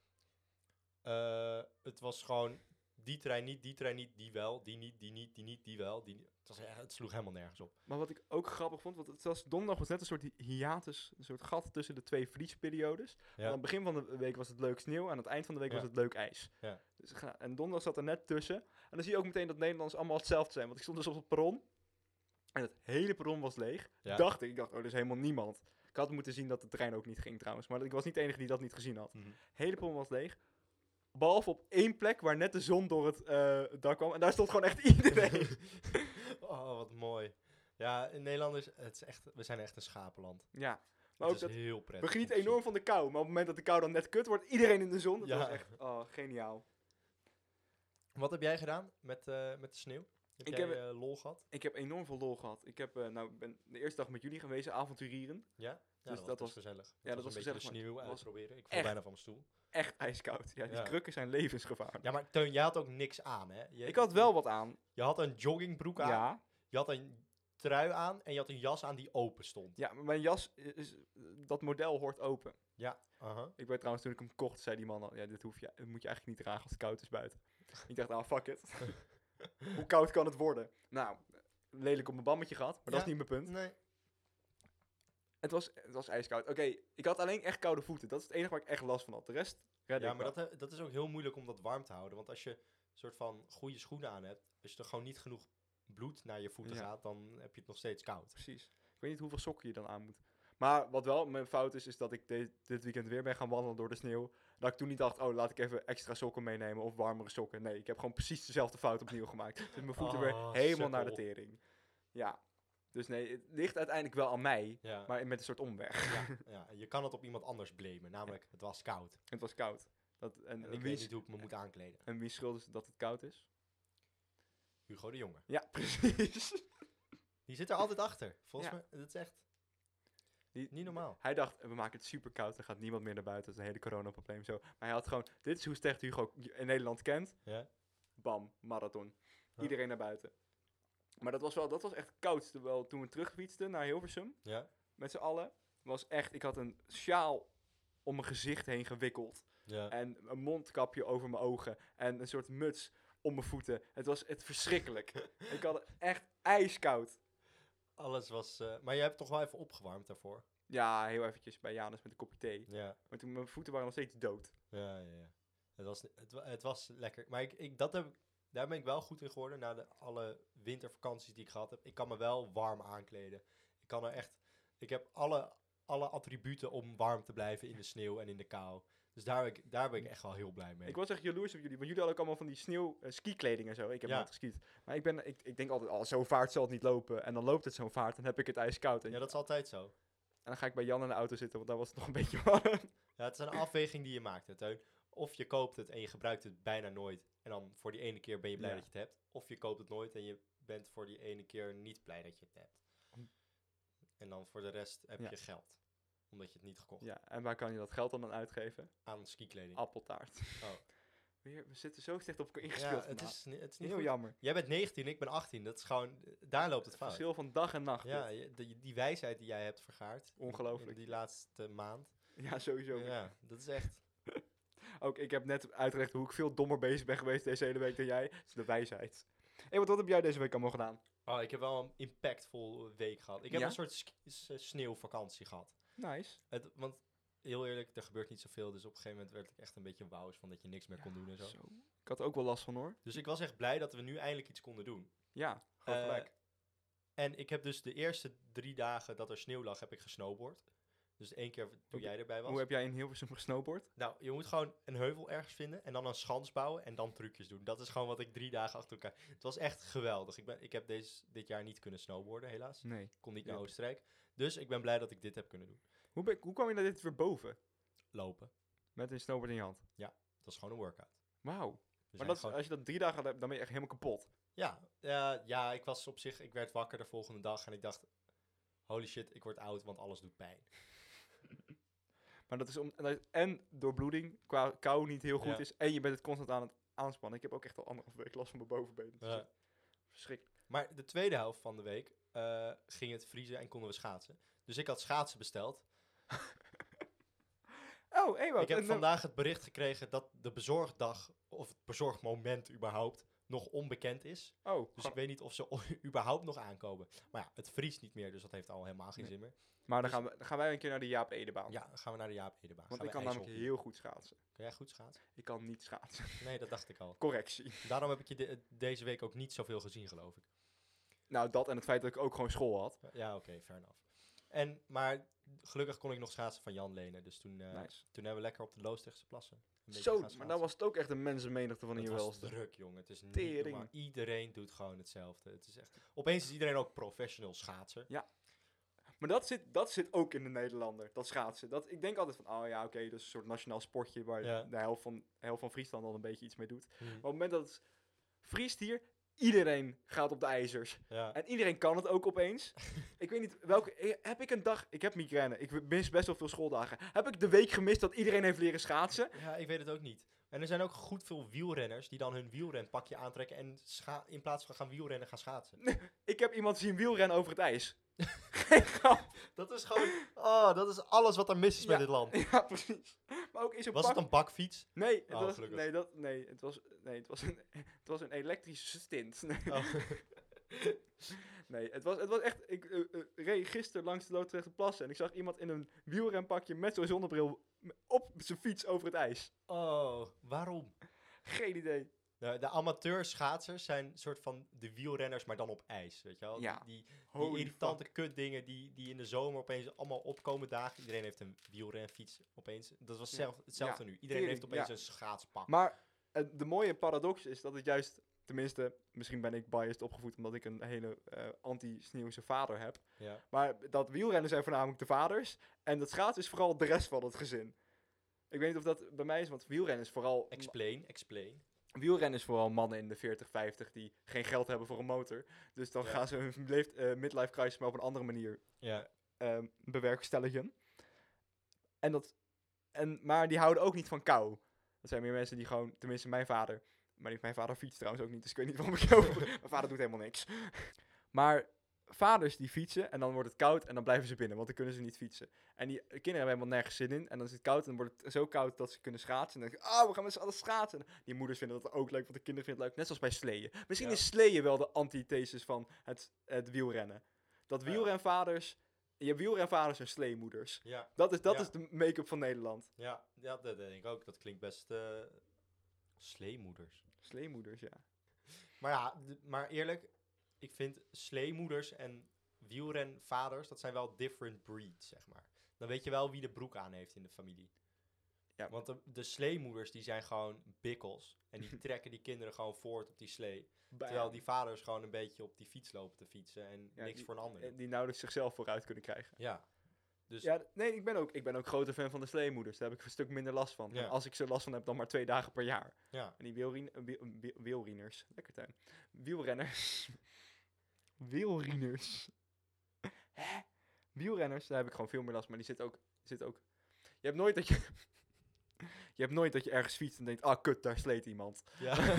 S1: Eh, het was gewoon... Die trein niet, die trein niet, die wel. Die niet, die niet, die niet, die wel. Die niet. Het, was, echt- het sloeg helemaal nergens op.
S2: Maar wat ik ook grappig vond, want het was donderdag was net een soort hi- hiatus, een soort gat tussen de twee vriesperiodes.
S1: Ja.
S2: Aan het begin van de week was het leuk sneeuw, aan het eind van de week
S1: Ja.
S2: was het leuk ijs.
S1: Ja.
S2: Dus, ga- en donderdag zat er net tussen. En dan zie je ook meteen dat Nederlanders allemaal hetzelfde zijn. Want ik stond dus op het perron en het hele perron was leeg.
S1: Ja.
S2: Dacht ik, ik dacht, oh, er is helemaal niemand. Ik had moeten zien dat de trein ook niet ging trouwens, maar ik was niet de enige die dat niet gezien had.
S1: Mhm.
S2: hele perron was leeg. Behalve op één plek waar net de zon door het eh, dak kwam. En daar stond gewoon echt iedereen.
S1: oh, wat mooi. Ja, in Nederland is... Het is echt, we zijn echt een schapenland.
S2: ja. Maar
S1: Maar
S2: ook
S1: het is
S2: dat
S1: heel prettig.
S2: We genieten
S1: om te zien.
S2: enorm van de kou, maar op het moment dat de kou dan net kut wordt, iedereen in de zon. Dat
S1: Ja.
S2: was echt oh, geniaal.
S1: Wat heb jij gedaan met, eh, met de sneeuw? Heb
S2: Ik
S1: jij
S2: heb-
S1: eh, lol gehad?
S2: Ik heb enorm veel lol gehad. Ik heb, eh, nou, ik ben de eerste dag met jullie geweest, avonturieren.
S1: Ja? Ja,
S2: Dus
S1: dat, was
S2: dat
S1: best
S2: was-
S1: gezellig. Het
S2: dat was
S1: een beetje
S2: gezellig, maar
S1: de sneeuw
S2: het was
S1: uitproberen. Ik voel
S2: echt-
S1: bijna van mijn stoel.
S2: Echt ijskoud. Ja, die
S1: Ja.
S2: krukken zijn levensgevaarlijk.
S1: Ja, maar Teun, jij had ook niks aan, hè? Je,
S2: Ik had wel wat aan.
S1: Je had een joggingbroek aan,
S2: Ja.
S1: je had een trui aan en je had een jas aan die open stond.
S2: Ja, maar mijn jas, is, is- dat model hoort open.
S1: Aha.
S2: Ik weet trouwens, toen ik hem kocht, zei die man al, ja, dit, hoef je, dit moet je eigenlijk niet dragen als het koud is buiten. ik dacht, ah, fuck it. Hoe koud kan het worden? Nou, lelijk op mijn bammetje gehad, maar dat
S1: Ja.
S2: is niet mijn punt.
S1: Nee.
S2: Het was, het was ijskoud. Oké, ik had alleen echt koude voeten. Dat is het enige waar ik echt last van had. De rest redde
S1: Ja,
S2: ik
S1: maar
S2: wel.
S1: dat, he- dat is ook heel moeilijk om dat warm te houden. Want als je een soort van goede schoenen aan hebt, als je er gewoon niet genoeg bloed naar je voeten
S2: Ja.
S1: gaat, dan heb je het nog steeds koud.
S2: Precies. Ik weet niet hoeveel sokken je dan aan moet. Maar wat wel mijn fout is, is dat ik de- dit weekend weer ben gaan wandelen door de sneeuw. Dat ik toen niet dacht, oh, laat ik even extra sokken meenemen of warmere sokken. Nee, ik heb gewoon precies dezelfde fout opnieuw gemaakt. Dus mijn voeten weer
S1: Ah,
S2: helemaal naar de
S1: sukkel.
S2: tering. Ja. Dus nee, het ligt uiteindelijk wel aan mij,
S1: Ja.
S2: maar met een soort omweg.
S1: ja, ja. En je kan het op iemand anders blamen, namelijk het was koud.
S2: Het was koud. Dat, en,
S1: En
S2: en,
S1: ik
S2: wie,
S1: weet
S2: is-
S1: niet hoe ik me moet aankleden.
S2: en wie schuld is dat het koud is?
S1: Hugo de Jonge.
S2: Ja, precies.
S1: Die zit er altijd achter. Volgens
S2: Ja.
S1: mij, dat is echt
S2: Die-
S1: niet normaal.
S2: Hij dacht, we maken het super koud, er gaat niemand meer naar buiten, dat is een hele coronaprobleem zo. Maar hij had gewoon, dit is hoe slecht Hugo in Nederland kent.
S1: Ja.
S2: Bam, marathon.
S1: Ja.
S2: Iedereen naar buiten. Maar dat was wel, dat was echt koud. Terwijl toen we terugfietsten naar Hilversum,
S1: Ja?
S2: met z'n allen, was echt, ik had een sjaal om mijn gezicht heen gewikkeld.
S1: Ja.
S2: En een mondkapje over mijn ogen. En een soort muts om mijn voeten. Het was het verschrikkelijk. ik had het echt ijskoud.
S1: Alles was... eh, maar je hebt toch wel even opgewarmd daarvoor?
S2: Ja, heel eventjes bij Janus met een kopje thee.
S1: Ja.
S2: Maar toen, mijn voeten waren nog steeds dood.
S1: Ja, ja, ja. Het was, het, wa- het was lekker. Maar ik, ik, dat heb, ik- daar ben ik wel goed in geworden na de, alle wintervakanties die ik gehad heb. Ik kan me wel warm aankleden. Ik kan er echt... Ik heb alle, alle attributen om warm te blijven in de sneeuw en in de kou. Dus daar ben ik, daar ben ik echt wel heel blij mee.
S2: Ik was echt jaloers op jullie, want jullie hadden ook allemaal van die sneeuw eh, skikleding en zo. Ik heb
S1: Ja.
S2: nooit geskiet. Maar ik, ben, ik, ik denk altijd, oh, zo'n vaart zal het niet lopen. En dan loopt het zo'n vaart en heb ik het ijskoud. En,
S1: ja, dat is altijd zo.
S2: en dan ga ik bij Jan in de auto zitten, want daar was het nog een beetje warm.
S1: Ja, het is een afweging die je maakt, hè, Teun. Of je koopt het en je gebruikt het bijna nooit. En dan voor die ene keer ben je blij
S2: Ja.
S1: dat je het hebt. Of je koopt het nooit en je bent voor die ene keer niet blij dat je het hebt. En dan voor de rest heb
S2: Ja.
S1: je geld. Omdat je het niet gekocht hebt
S2: Ja, en waar kan je dat geld dan aan uitgeven?
S1: aan skikleding.
S2: Appeltaart.
S1: Oh.
S2: Weer, we zitten zo slecht op elkaar
S1: ja,
S2: ingespeeld.
S1: het
S2: vandaag.
S1: is, ni- het is niet
S2: heel
S1: goed.
S2: jammer.
S1: Jij bent 19, ik ben 18. Dat is gewoon, daar loopt het
S2: Het
S1: fout.
S2: verschil van dag en nacht.
S1: Ja,
S2: Ja,
S1: je- die, die wijsheid die jij hebt vergaard. in- In
S2: Ongelooflijk.
S1: die laatste maand.
S2: ja sowieso.
S1: Ja, dat is echt.
S2: Ook ik heb net uitgelegd hoe ik veel dommer bezig ben geweest deze hele week dan jij. Dat is de wijsheid. Hé, wat, wat heb jij deze week allemaal gedaan?
S1: Oh, ik heb wel een impactvol week gehad. Ik heb
S2: Ja?
S1: een soort sk- s- sneeuwvakantie gehad.
S2: Nice.
S1: Het, want heel eerlijk, er gebeurt niet zoveel. Dus op een gegeven moment werd ik echt een beetje wauws van dat je niks meer kon doen en zo.
S2: Zo. Ik had er ook wel last van hoor.
S1: Dus ik was echt blij dat we nu eindelijk iets konden doen.
S2: Ja, gewoon
S1: Eh,
S2: gelijk.
S1: En ik heb dus de eerste drie dagen dat er sneeuw lag, heb ik gesnowboard. Dus één keer toen
S2: Hoe-
S1: jij erbij was.
S2: Hoe heb jij in Hilversum gesnowboard?
S1: Nou, je moet gewoon een heuvel ergens vinden en dan een schans bouwen en dan trucjes doen. Dat is gewoon wat ik drie dagen achter elkaar... Het was echt geweldig. Ik, ben, ik heb deze, dit jaar niet kunnen snowboarden, helaas.
S2: Nee.
S1: Ik kon niet naar
S2: Yep.
S1: Oostenrijk. Dus ik ben blij dat ik dit heb kunnen doen.
S2: Hoe, ben- hoe kwam je naar dit weer boven?
S1: Lopen.
S2: Met een snowboard in je hand.
S1: Dat is gewoon een workout. We
S2: Wauw. Maar
S1: zijn
S2: dat,
S1: gewoon-
S2: als je dat drie dagen hebt, dan ben je echt helemaal kapot.
S1: Ja, eh, ja, ik was op zich, ik werd wakker de volgende dag en ik dacht, holy shit, ik word oud, want alles doet pijn.
S2: Maar dat is om, en dat is- en door bloeding, qua kou niet heel goed
S1: Ja.
S2: is. En je bent het constant aan het aanspannen. Ik heb ook echt al anderhalf week last van mijn bovenbenen. Dat is
S1: Ja.
S2: echt verschrikkelijk.
S1: Dus, Maar de tweede helft van de week eh, ging het vriezen en konden we schaatsen. Dus ik had schaatsen besteld.
S2: Oh, Ewout.
S1: ik heb
S2: en dan-
S1: vandaag het bericht gekregen dat de bezorgdag, of het bezorgmoment überhaupt, nog onbekend is.
S2: Oh,
S1: Dus ik weet niet of ze o- überhaupt nog aankomen. Maar ja, het vriest niet meer, dus dat heeft al helemaal geen
S2: Nee.
S1: zin meer.
S2: maar dan
S1: dus-
S2: gaan, we, dan gaan wij een keer naar de Jaap Edebaan.
S1: Ja, dan gaan we naar de Jaap Edebaan.
S2: Want
S1: Gaan
S2: ik
S1: we
S2: kan namelijk
S1: ijshockey.
S2: heel goed schaatsen.
S1: Kun jij goed schaatsen?
S2: Ik kan niet schaatsen.
S1: Nee, dat dacht ik al.
S2: Correctie.
S1: Daarom heb ik je de- deze week ook niet zoveel gezien, geloof ik.
S2: Nou, dat en het feit dat ik ook gewoon school had.
S1: Ja, oké, fair enough. En, maar gelukkig kon ik nog schaatsen van Jan lenen. Dus toen, eh,
S2: Nice.
S1: toen hebben we lekker op de Loosdrechtse plassen. een beetje gaan
S2: Zo, maar
S1: schaatsen.
S2: dan was het ook echt een mensenmenigte van
S1: Het
S2: hier
S1: was
S2: wel.
S1: druk, jongen. Het is niet
S2: Tering.
S1: normaal. Iedereen doet gewoon hetzelfde. Het is echt... Opeens is iedereen ook professional schaatser.
S2: Maar dat zit, dat zit ook in de Nederlander, dat schaatsen. Dat, ik denk altijd van, oh ja, oké, dat is een soort nationaal sportje waar
S1: Ja.
S2: de helft van, de helft van Friesland al een beetje iets mee doet. Maar op het moment dat het vriest hier, iedereen gaat op de ijzers.
S1: Ja.
S2: En iedereen kan het ook opeens. ik weet niet welke. eh, Heb ik een dag. Ik heb migraine. Ik mis best wel veel schooldagen. Heb ik de week gemist dat iedereen heeft leren schaatsen?
S1: ja, ik weet het ook niet. En er zijn ook goed veel wielrenners die dan hun wielrenpakje aantrekken en scha- in plaats van gaan wielrennen gaan schaatsen.
S2: Ik heb iemand zien wielrennen over het ijs.
S1: Dat is gewoon... Oh, dat is alles wat er mis is
S2: Ja.
S1: met dit land.
S2: ja, precies. Maar ook in zo'n
S1: Was
S2: pak.
S1: het een bakfiets?
S2: Nee, het
S1: Oh,
S2: was,
S1: gelukkig.
S2: nee, dat, nee, het was, nee, het was een, het was een elektrische stint. Nee,
S1: Oh.
S2: nee het, was, het was echt, ik eh, eh, reed gisteren langs de Loodrechte Plassen en ik zag iemand in een wielrenpakje met zo'n zonnebril m- op zijn fiets over het ijs.
S1: Oh, waarom?
S2: Geen idee.
S1: De, de amateur schaatsers zijn een soort van de wielrenners, maar dan op ijs, weet je wel?
S2: Ja.
S1: Die, die,
S2: Holy
S1: irritante kutdingen die, die in de zomer opeens allemaal opkomen dagen. Iedereen heeft een wielrenfiets opeens. Dat was
S2: Ja.
S1: zelf, hetzelfde
S2: Ja,
S1: nu. Iedereen heeft
S2: tering,
S1: opeens
S2: ja.
S1: een schaatspak.
S2: Maar eh, de mooie paradox is dat het juist, tenminste, misschien ben ik biased opgevoed omdat ik een hele eh, anti-Sneeuwse vader heb.
S1: ja.
S2: Maar dat wielrennen zijn voornamelijk de vaders. En dat schaatsen is vooral de rest van het gezin. Ik weet niet of dat bij mij is, want wielrennen is vooral...
S1: Explain, explain.
S2: Wielrennen is vooral mannen in de 40, 50 die geen geld hebben voor een motor. Dus dan
S1: Ja.
S2: gaan ze hun leeft, eh, midlife crisis maar op een andere manier
S1: Ja.
S2: ehm bewerkstelligen. En dat, en, maar die houden ook niet van kou. Dat zijn meer mensen die gewoon, tenminste mijn vader. Maar die- mijn vader fietst trouwens ook niet, dus ik weet niet waarom ik het over. Mijn vader doet helemaal niks. Maar vaders die fietsen en dan wordt het koud en dan blijven ze binnen, want dan kunnen ze niet fietsen. En die kinderen hebben helemaal nergens zin in. En dan is het koud en dan wordt het zo koud dat ze kunnen schaatsen. En dan denken ze, oh, we gaan met z'n allen schaatsen. En die moeders vinden dat ook leuk, want de kinderen vinden het leuk. Net zoals bij sleeën. Misschien
S1: Ja.
S2: is sleeën wel de antithesis van het, het wielrennen. Dat
S1: Ja.
S2: wielrenvaders... Je hebt wielrenvaders en sleemoeders.
S1: Ja,
S2: Dat is, dat
S1: Ja.
S2: is de make-up van Nederland.
S1: ja, ja, dat denk ik ook. Dat klinkt best eh sleemoeders.
S2: Sleemoeders, ja.
S1: Maar ja, d- maar eerlijk, ik vind sleemoeders en wielrenvaders, dat zijn wel different breed, zeg maar. Dan weet je wel wie de broek aan heeft in de familie.
S2: Ja.
S1: Want de, de sleemoeders, die zijn gewoon bikkels. En die trekken die kinderen gewoon voort op die slee. Terwijl die vaders gewoon een beetje op die fiets lopen te fietsen en
S2: Ja,
S1: niks
S2: die-
S1: voor een ander
S2: Eh,
S1: doen.
S2: Die nauwelijks zichzelf vooruit kunnen krijgen.
S1: Ja. Dus
S2: Ja, d- nee, ik ben, ook, ik ben ook grote fan van de sleemoeders. Daar heb ik een stuk minder last van.
S1: Ja.
S2: En als ik zo last van heb, dan maar twee dagen per jaar.
S1: ja.
S2: En die wielrien, eh, wiel- wiel- wielrieners. Lekker tuin. Wielrenners. wielrieners. Hè? Wielrenners, daar heb ik gewoon veel meer last van. Maar die zit ook, zit ook... Je hebt nooit dat je... je hebt nooit dat je ergens fietst en denkt... Ah, kut, daar sleet iemand.
S1: ja.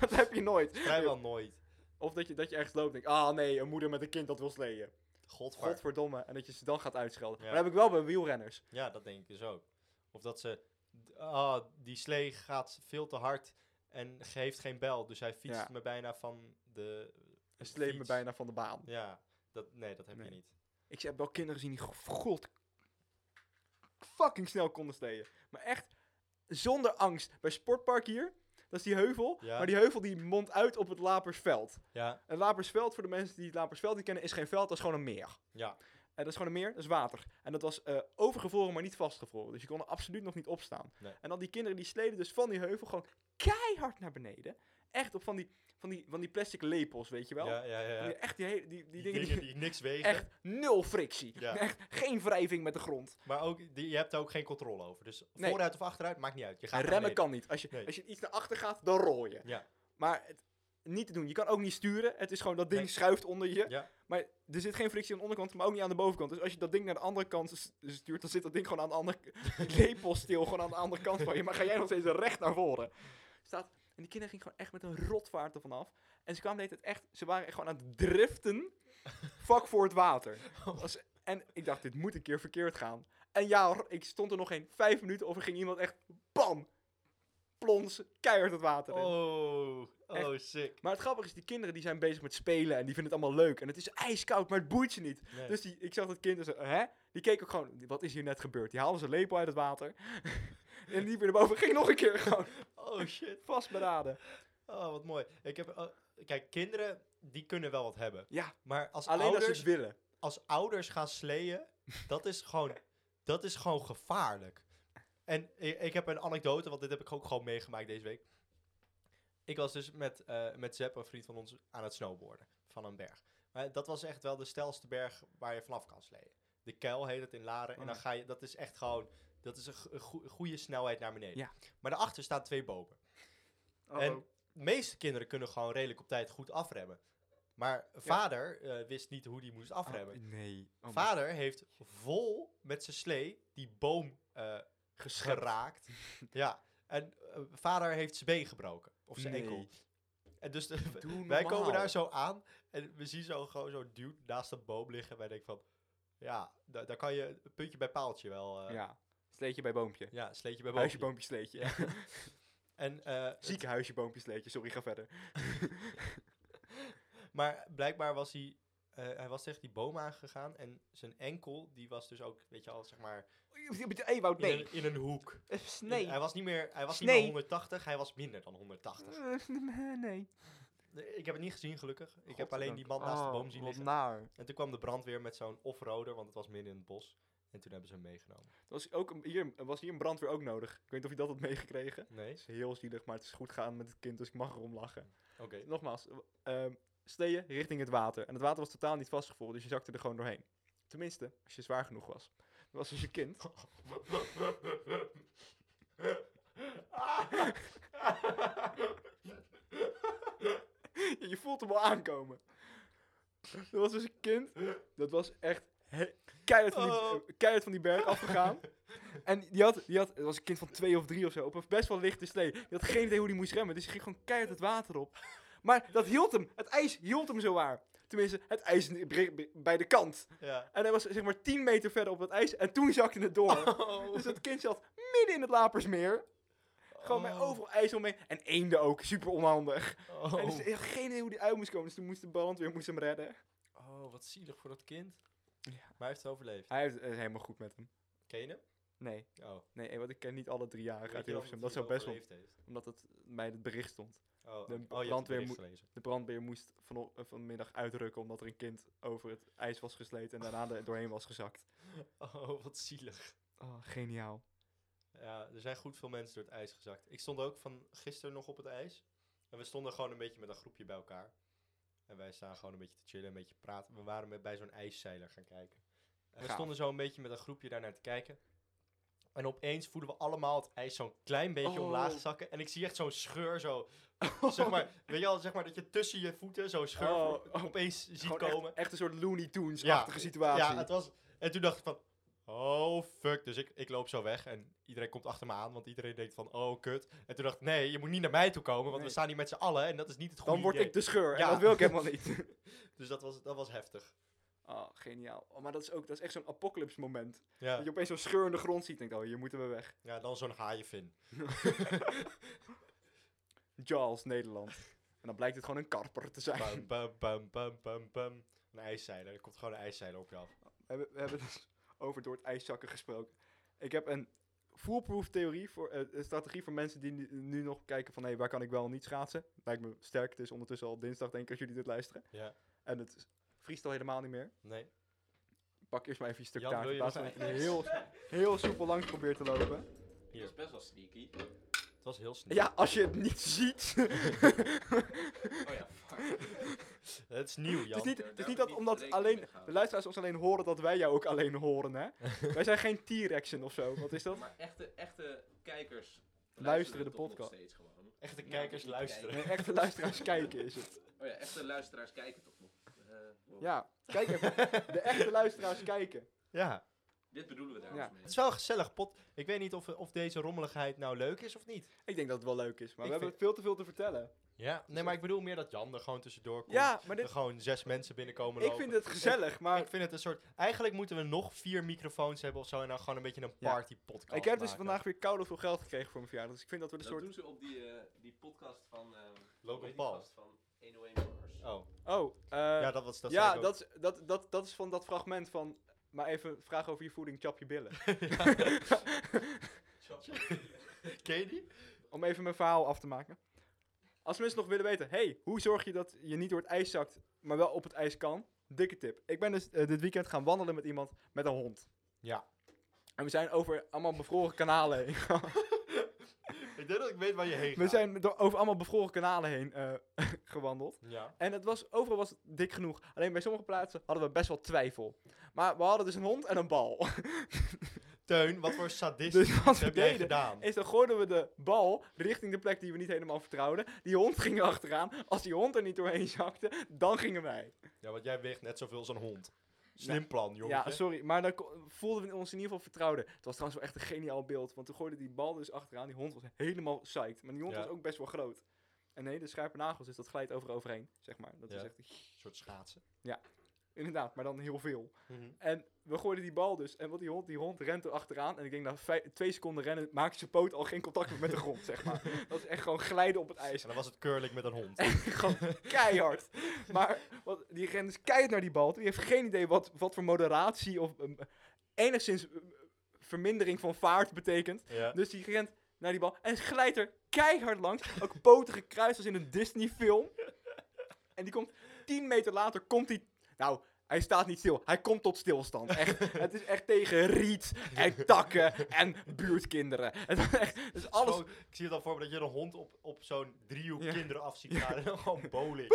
S2: dat heb je nooit.
S1: Vrijwel nooit.
S2: Of dat je, dat je ergens loopt en denkt... Ah, nee, een moeder met een kind dat wil sleeën.
S1: Godver.
S2: Godverdomme. En dat je ze dan gaat uitschelden.
S1: Ja.
S2: Maar dat heb ik wel bij wielrenners.
S1: Ja, dat denk ik dus ook. Of dat ze... d- Ah, die slee gaat veel te hard en ge- heeft geen bel. Dus hij fietst
S2: Ja.
S1: me bijna van de...
S2: En sleept me
S1: fiets.
S2: bijna van de baan.
S1: Ja, dat, nee, dat heb
S2: Nee.
S1: je niet.
S2: Ik heb wel kinderen gezien die g- god fucking snel konden steden. Maar echt zonder angst. Bij Sportpark hier, dat is die heuvel.
S1: Ja.
S2: Maar die heuvel die mondt uit op het Lapersveld.
S1: Ja,
S2: En Lapersveld, voor de mensen die het Lapersveld niet kennen, is geen veld, dat is gewoon een meer.
S1: ja.
S2: En dat is gewoon een meer, dat is water. En dat was eh, overgevroren, maar niet vastgevroren. Dus je kon er absoluut nog niet opstaan.
S1: Nee.
S2: En dan die kinderen die sleden dus van die heuvel gewoon keihard naar beneden. echt op van die, van die, van die plastic lepels, weet je wel?
S1: Ja, ja, ja.
S2: Van
S1: ja.
S2: die- echt die, hele- die, die
S1: Die
S2: dingen
S1: dingen
S2: die...
S1: die niks wegen.
S2: Echt nul frictie.
S1: Ja.
S2: Echt geen wrijving met de grond.
S1: Maar ook, die, je hebt daar ook geen controle over. Dus
S2: Nee.
S1: vooruit of achteruit, maakt niet uit. Je gaat
S2: En
S1: naar
S2: remmen
S1: beneden.
S2: kan niet. Als je,
S1: Nee.
S2: als je iets naar achter gaat, dan rol je.
S1: Ja.
S2: Maar het, niet te doen. Je kan ook niet sturen. Het is gewoon dat ding
S1: Nee.
S2: schuift onder je.
S1: Ja.
S2: Maar er zit geen frictie aan de onderkant, maar ook niet aan de bovenkant. Dus als je dat ding naar de andere kant s- stuurt, dan zit dat ding gewoon aan de andere die lepel stil, gewoon aan de andere kant van je. Maar ga jij nog steeds recht naar voren. Staat, en die kinderen gingen gewoon echt met een rotvaart ervan af. En ze kwamen de hele tijd echt, ze waren echt gewoon aan het driften vlak voor het water.
S1: Oh.
S2: Als- en ik dacht, dit moet een keer verkeerd gaan. En ja hoor, ik stond er nog geen vijf minuten of er ging iemand echt bam, plons, keihard het water in.
S1: Oh, oh sick.
S2: Maar het grappige is, die kinderen die zijn bezig met spelen en die vinden het allemaal leuk. En het is ijskoud, maar het boeit ze niet.
S1: Nee.
S2: Dus die, ik zag dat kind en zo, hè? Die keek ook gewoon, wat is hier net gebeurd? Die haalde zijn lepel uit het water. en die weer naar boven ging nog een keer gewoon
S1: oh shit.
S2: vastberaden.
S1: Oh, wat mooi. Ik heb, oh, kijk, kinderen, die kunnen wel wat hebben.
S2: Ja,
S1: Maar als,
S2: alleen
S1: ouders,
S2: als ze het willen.
S1: als ouders gaan sleeën, dat is gewoon, dat is gewoon gevaarlijk. En ik, ik heb een anekdote, want dit heb ik ook gewoon meegemaakt deze week. Ik was dus met, eh met Zepp, een vriend van ons, aan het snowboarden van een berg. Maar dat was echt wel de stelste berg waar je vanaf kan sleeën. De Kuil heet het in Laren. En dan ga je, dat is echt gewoon, dat is een, go- een goe- goede snelheid naar beneden.
S2: Ja. Oh.
S1: Maar daarachter staan twee bomen. En de meeste kinderen kunnen gewoon redelijk op tijd goed afremmen. Maar vader eh, wist niet hoe die moest
S2: Oh,
S1: afremmen.
S2: nee.
S1: vader heeft vol met zijn slee die boom eh, geraakt. ja, en eh, vader heeft zijn been gebroken. Of zijn
S2: Nee.
S1: enkel. En dus de-
S2: Doe
S1: wij komen
S2: normaal.
S1: daar zo aan en we zien zo gewoon zo'n dude naast de boom liggen. En wij denken van, ja, da- daar kan je een puntje bij paaltje wel. eh, ja.
S2: ja, sleetje bij boompje.
S1: sleetje bij
S2: Huisje,
S1: boom.
S2: boompje, sleetje.
S1: Ja. En eh,
S2: Zieke huisje, boompje, sleetje. Sorry, ga verder.
S1: Maar blijkbaar was hij, eh, hij was tegen die boom aangegaan en zijn enkel, die was dus ook, weet je al, zeg maar,
S2: hey, Wout,
S1: in,
S2: nee.
S1: een, in een hoek. In-
S2: Nee.
S1: hij was, niet meer, hij was niet
S2: Snee.
S1: meer 180, hij was minder dan 180.
S2: Nee.
S1: Nee, Ik heb het niet gezien, gelukkig. Ik heb alleen
S5: Goddank.
S1: die man naast de
S5: Oh,
S1: boom zien
S5: wat
S1: liggen.
S5: naar.
S1: En toen kwam de brandweer met zo'n offroader, want het was midden in het bos. En toen hebben ze hem meegenomen.
S2: Was ook een, hier, was hier een brandweer ook nodig. Ik weet niet of je dat had meegekregen.
S1: Nee?
S2: Het is heel zielig, maar het is goed gaan met het kind, dus ik mag erom lachen.
S1: Oké.
S2: Nogmaals, w- ehm sleeën richting het water. En het water was totaal niet vastgevroren, dus je zakte er gewoon doorheen. Tenminste, als je zwaar genoeg was. Dat was dus je kind. Ja, je voelt hem al aankomen. Dat was dus een kind. Dat was echt he- keihard van die,
S1: Oh.
S2: keihard van die berg afgegaan. En die had, die had, het was een kind van twee of drie of zo, op een best wel lichte slee. Die had geen idee hoe die moest remmen, dus hij ging gewoon keihard het water op. Maar dat hield hem. Het ijs hield hem zo waar. Tenminste, het ijs n- bre- bre- bij de kant.
S1: Ja.
S2: En hij was zeg maar 10 meter verder op dat ijs en toen zakte het door. Dus dat kind zat midden in het Lapersmeer. Gewoon met
S1: Oh.
S2: overal ijs omheen. En eenden ook, super onhandig.
S1: Oh.
S2: En dus hij had geen idee hoe die uit moest komen. Dus toen moest de brandweer moest hem redden.
S1: Oh, wat zielig voor dat kind. Maar hij heeft het overleefd.
S2: Hij heeft het helemaal goed met hem.
S1: Ken je hem?
S2: Nee,
S1: Oh.
S2: nee, eh, want ik ken niet alle drie jaren
S1: Weet
S2: uit
S1: je wel
S2: Hilversum. Dat
S1: hij
S2: zou
S1: het
S2: best wel,
S1: overleefd heeft?
S2: omdat het bij het bericht stond.
S1: Oh, oké. oh,
S2: De
S1: je hebt het
S2: brandweer
S1: bericht
S2: moet-
S1: gelezen.
S2: De brandweer moest van, vanmiddag uitrukken omdat er een kind over het ijs was gesleten en daarna er doorheen was gezakt.
S1: Oh, wat zielig.
S2: Oh, geniaal.
S1: Ja, er zijn goed veel mensen door het ijs gezakt. Ik stond ook van gisteren nog op het ijs. En we stonden gewoon een beetje met een groepje bij elkaar. En wij staan gewoon een beetje te chillen, een beetje te praten. We waren met, bij zo'n ijszeiler gaan kijken. En we
S2: Gaaf.
S1: stonden zo een beetje met een groepje daarnaar te kijken. En opeens voelen we allemaal het ijs zo'n klein beetje
S2: Oh.
S1: omlaag zakken. En ik zie echt zo'n scheur zo. zeg maar, weet je al, zeg maar dat je tussen je voeten zo'n scheur
S2: Oh,
S1: vo- opeens ziet
S2: Gewoon
S1: komen.
S2: Echt, echt een soort Looney Tunes-achtige situatie.
S1: Ja, het was... En toen dacht ik van... Oh, fuck. Dus ik, ik loop zo weg en iedereen komt achter me aan, want iedereen denkt van, oh, kut. En toen dacht ik, nee, je moet niet naar mij toe komen, want
S2: Nee.
S1: we staan hier met z'n allen en dat is niet het goede
S2: Dan word
S1: idee.
S2: ik de scheur
S1: Ja.
S2: en dat wil ik helemaal niet.
S1: Dus dat was, dat was heftig.
S2: Oh, geniaal. Oh, maar dat is ook dat is echt zo'n apocalypse moment.
S1: Ja,
S2: Dat je opeens zo'n scheur in de grond ziet en denkt, oh, hier moeten we weg.
S1: ja dan zo'n haaienvin.
S2: Jaws, Nederland. En dan blijkt het gewoon een karper te zijn.
S1: Bam, bam, bam, bam, bam, bam. Een ijszeiler. Er komt gewoon een ijszeiler op je af.
S2: We hebben, we hebben dus over door het ijszakken gesproken. Ik heb een foolproof theorie, voor, eh, een strategie voor mensen die nu, nu nog kijken van... hé, waar kan ik wel en niet schaatsen? Lijkt me sterk. Het is ondertussen al dinsdag, denk ik, als jullie dit luisteren.
S1: Ja.
S2: En het is- vriest al helemaal niet meer.
S1: Nee.
S2: Pak eerst maar even je stuk
S1: Jan,
S2: taart.
S1: wil
S2: In
S1: je
S2: plaats van
S1: nog
S2: dat je heel, heel soepel langs probeert te lopen.
S3: Die is best wel sneaky.
S1: Het was heel snel.
S2: Ja, als je het niet ziet.
S3: Oh ja, fuck.
S1: Het is nieuw, Jan.
S2: Het is niet,
S3: daar
S2: het
S3: moet
S2: is niet
S3: ik
S2: dat
S3: niet
S2: omdat
S3: rekening
S2: alleen
S3: mee houden.
S2: de luisteraars ons alleen horen dat wij jou ook alleen horen, hè? wij zijn geen T-Rexen of zo. Wat is dat?
S3: Maar echte, echte kijkers
S2: Luisteren de
S3: toch nog
S2: podcast.
S3: steeds gewoon.
S1: Echte
S3: Ja,
S1: kijkers
S3: die
S1: luisteren.
S2: Nee, echte luisteraars kijken is het.
S3: Oh ja, echte luisteraars kijken toch nog. Eh, wow.
S2: Ja, kijk even. De echte luisteraars kijken.
S1: Ja,
S3: Dit bedoelen we daar
S2: Ja.
S3: dus mee.
S1: het is wel een gezellig pot. Ik weet niet of, of deze rommeligheid nou leuk is of niet.
S2: Ik denk dat het wel leuk is, maar
S1: Ik
S2: we hebben veel te veel te vertellen.
S1: Ja, nee, maar ik bedoel meer dat Jan er gewoon tussendoor komt.
S2: Ja, maar
S1: Er
S2: dit,
S1: gewoon zes mensen binnenkomen
S2: ik
S1: lopen.
S2: vind het gezellig, maar
S1: ik vind het een soort... Eigenlijk moeten we nog vier microfoons hebben of zo. En dan gewoon een beetje een
S2: Ja.
S1: party podcast
S2: ik heb dus vandaag weer koude veel geld gekregen voor mijn verjaardag. Dus ik vind dat we een
S3: Dat
S2: soort...
S3: doen ze op die, eh, die podcast van... ehm, hoe
S1: Logan
S3: heet die
S1: Paul.
S3: gast Van 101 Mars.
S1: Oh,
S2: Oh, eh,
S1: ja, dat was... Dat
S2: ja,
S1: zei ik ook.
S2: dat, is- dat, dat, dat is van dat fragment van... Maar even vragen over je voeding, chap je billen.
S1: Ken je die?
S2: Om even mijn verhaal af te maken. Als mensen nog willen weten, hey, hoe zorg je dat je niet door het ijs zakt, maar wel op het ijs kan? Dikke tip. Ik ben dus eh, dit weekend gaan wandelen met iemand met een hond.
S1: Ja.
S2: En we zijn over allemaal bevroren kanalen heen.
S1: Ik denk dat ik weet waar je heen
S2: we
S1: gaat.
S2: zijn door, over allemaal bevroren kanalen heen eh, gewandeld.
S1: Ja.
S2: En het was, overal was het dik genoeg. Alleen bij sommige plaatsen hadden we best wel twijfel. Maar we hadden dus een hond en een bal.
S1: Teun, wat voor sadist
S2: dus wat we
S1: heb jij
S2: deden,
S1: gedaan?
S2: is dan gooiden we de bal richting de plek die we niet helemaal vertrouwden. Die hond ging er achteraan. Als die hond er niet doorheen zakte, dan gingen wij.
S1: Ja, want jij weegt net zoveel als een hond. Slim plan,
S2: Ja,
S1: jongetje.
S2: sorry, maar dan ko- voelden we ons in ieder geval vertrouwden. Het was trouwens wel echt een geniaal beeld, want toen gooide die bal dus achteraan. Die hond was helemaal psyched, maar die hond
S1: Ja.
S2: was ook best wel groot. En nee, de scherpe nagels, dus dat glijdt overal overheen, zeg maar. Dat is
S1: Ja.
S2: echt,
S1: Een soort schaatsen.
S2: inderdaad, maar dan heel veel. En we gooiden die bal dus, en wat die hond, die hond rent er achteraan. En ik denk, na vij- twee seconden rennen, maakt zijn poot al geen contact meer met de grond, zeg maar. Dat is echt gewoon glijden op het ijs.
S1: En dan was het curling met een hond.
S2: Gewoon keihard. Maar wat, die rent dus keihard naar die bal. toe. Die heeft geen idee wat, wat voor moderatie of ehm, enigszins ehm, vermindering van vaart betekent.
S1: ja.
S2: Dus die rent naar die bal en glijdt er keihard langs. Ook poten gekruist als in een Disney film. En die komt 10 meter later, komt hij... Nou, hij staat niet stil. Hij komt tot stilstand. Echt, het is echt tegen riet en takken en buurtkinderen. Het is echt, het is Dus alles...
S1: Gewoon- ik zie het al voor me dat je een hond op, op zo'n driehoek
S2: Ja.
S1: kinderen af ziet gaan. En dan gewoon bowling.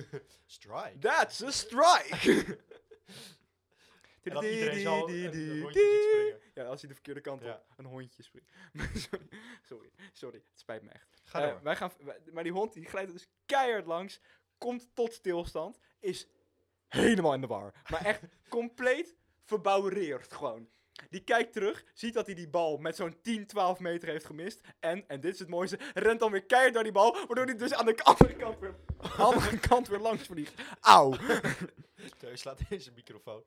S1: Strike.
S2: That's a strike!
S1: En dat iedereen zo een- een rondje ziet springen.
S2: Ja, als hij de verkeerde kant
S1: Ja.
S2: op een hondje springt. Maar sorry, sorry, sorry, het spijt me echt.
S1: Ga
S2: Eh,
S1: door.
S2: wij gaan, wij- maar die hond die glijdt er dus keihard langs, komt tot stilstand, is helemaal in de war. Maar echt compleet verbouwereerd gewoon. Die kijkt terug, ziet dat hij die bal met zo'n 10, 12 meter heeft gemist. En, en dit is het mooiste, rent dan weer keihard naar die bal, waardoor hij dus aan de andere kant weer, andere kant weer langs vliegt. Auw! Eh,
S1: Teun slaat deze microfoon.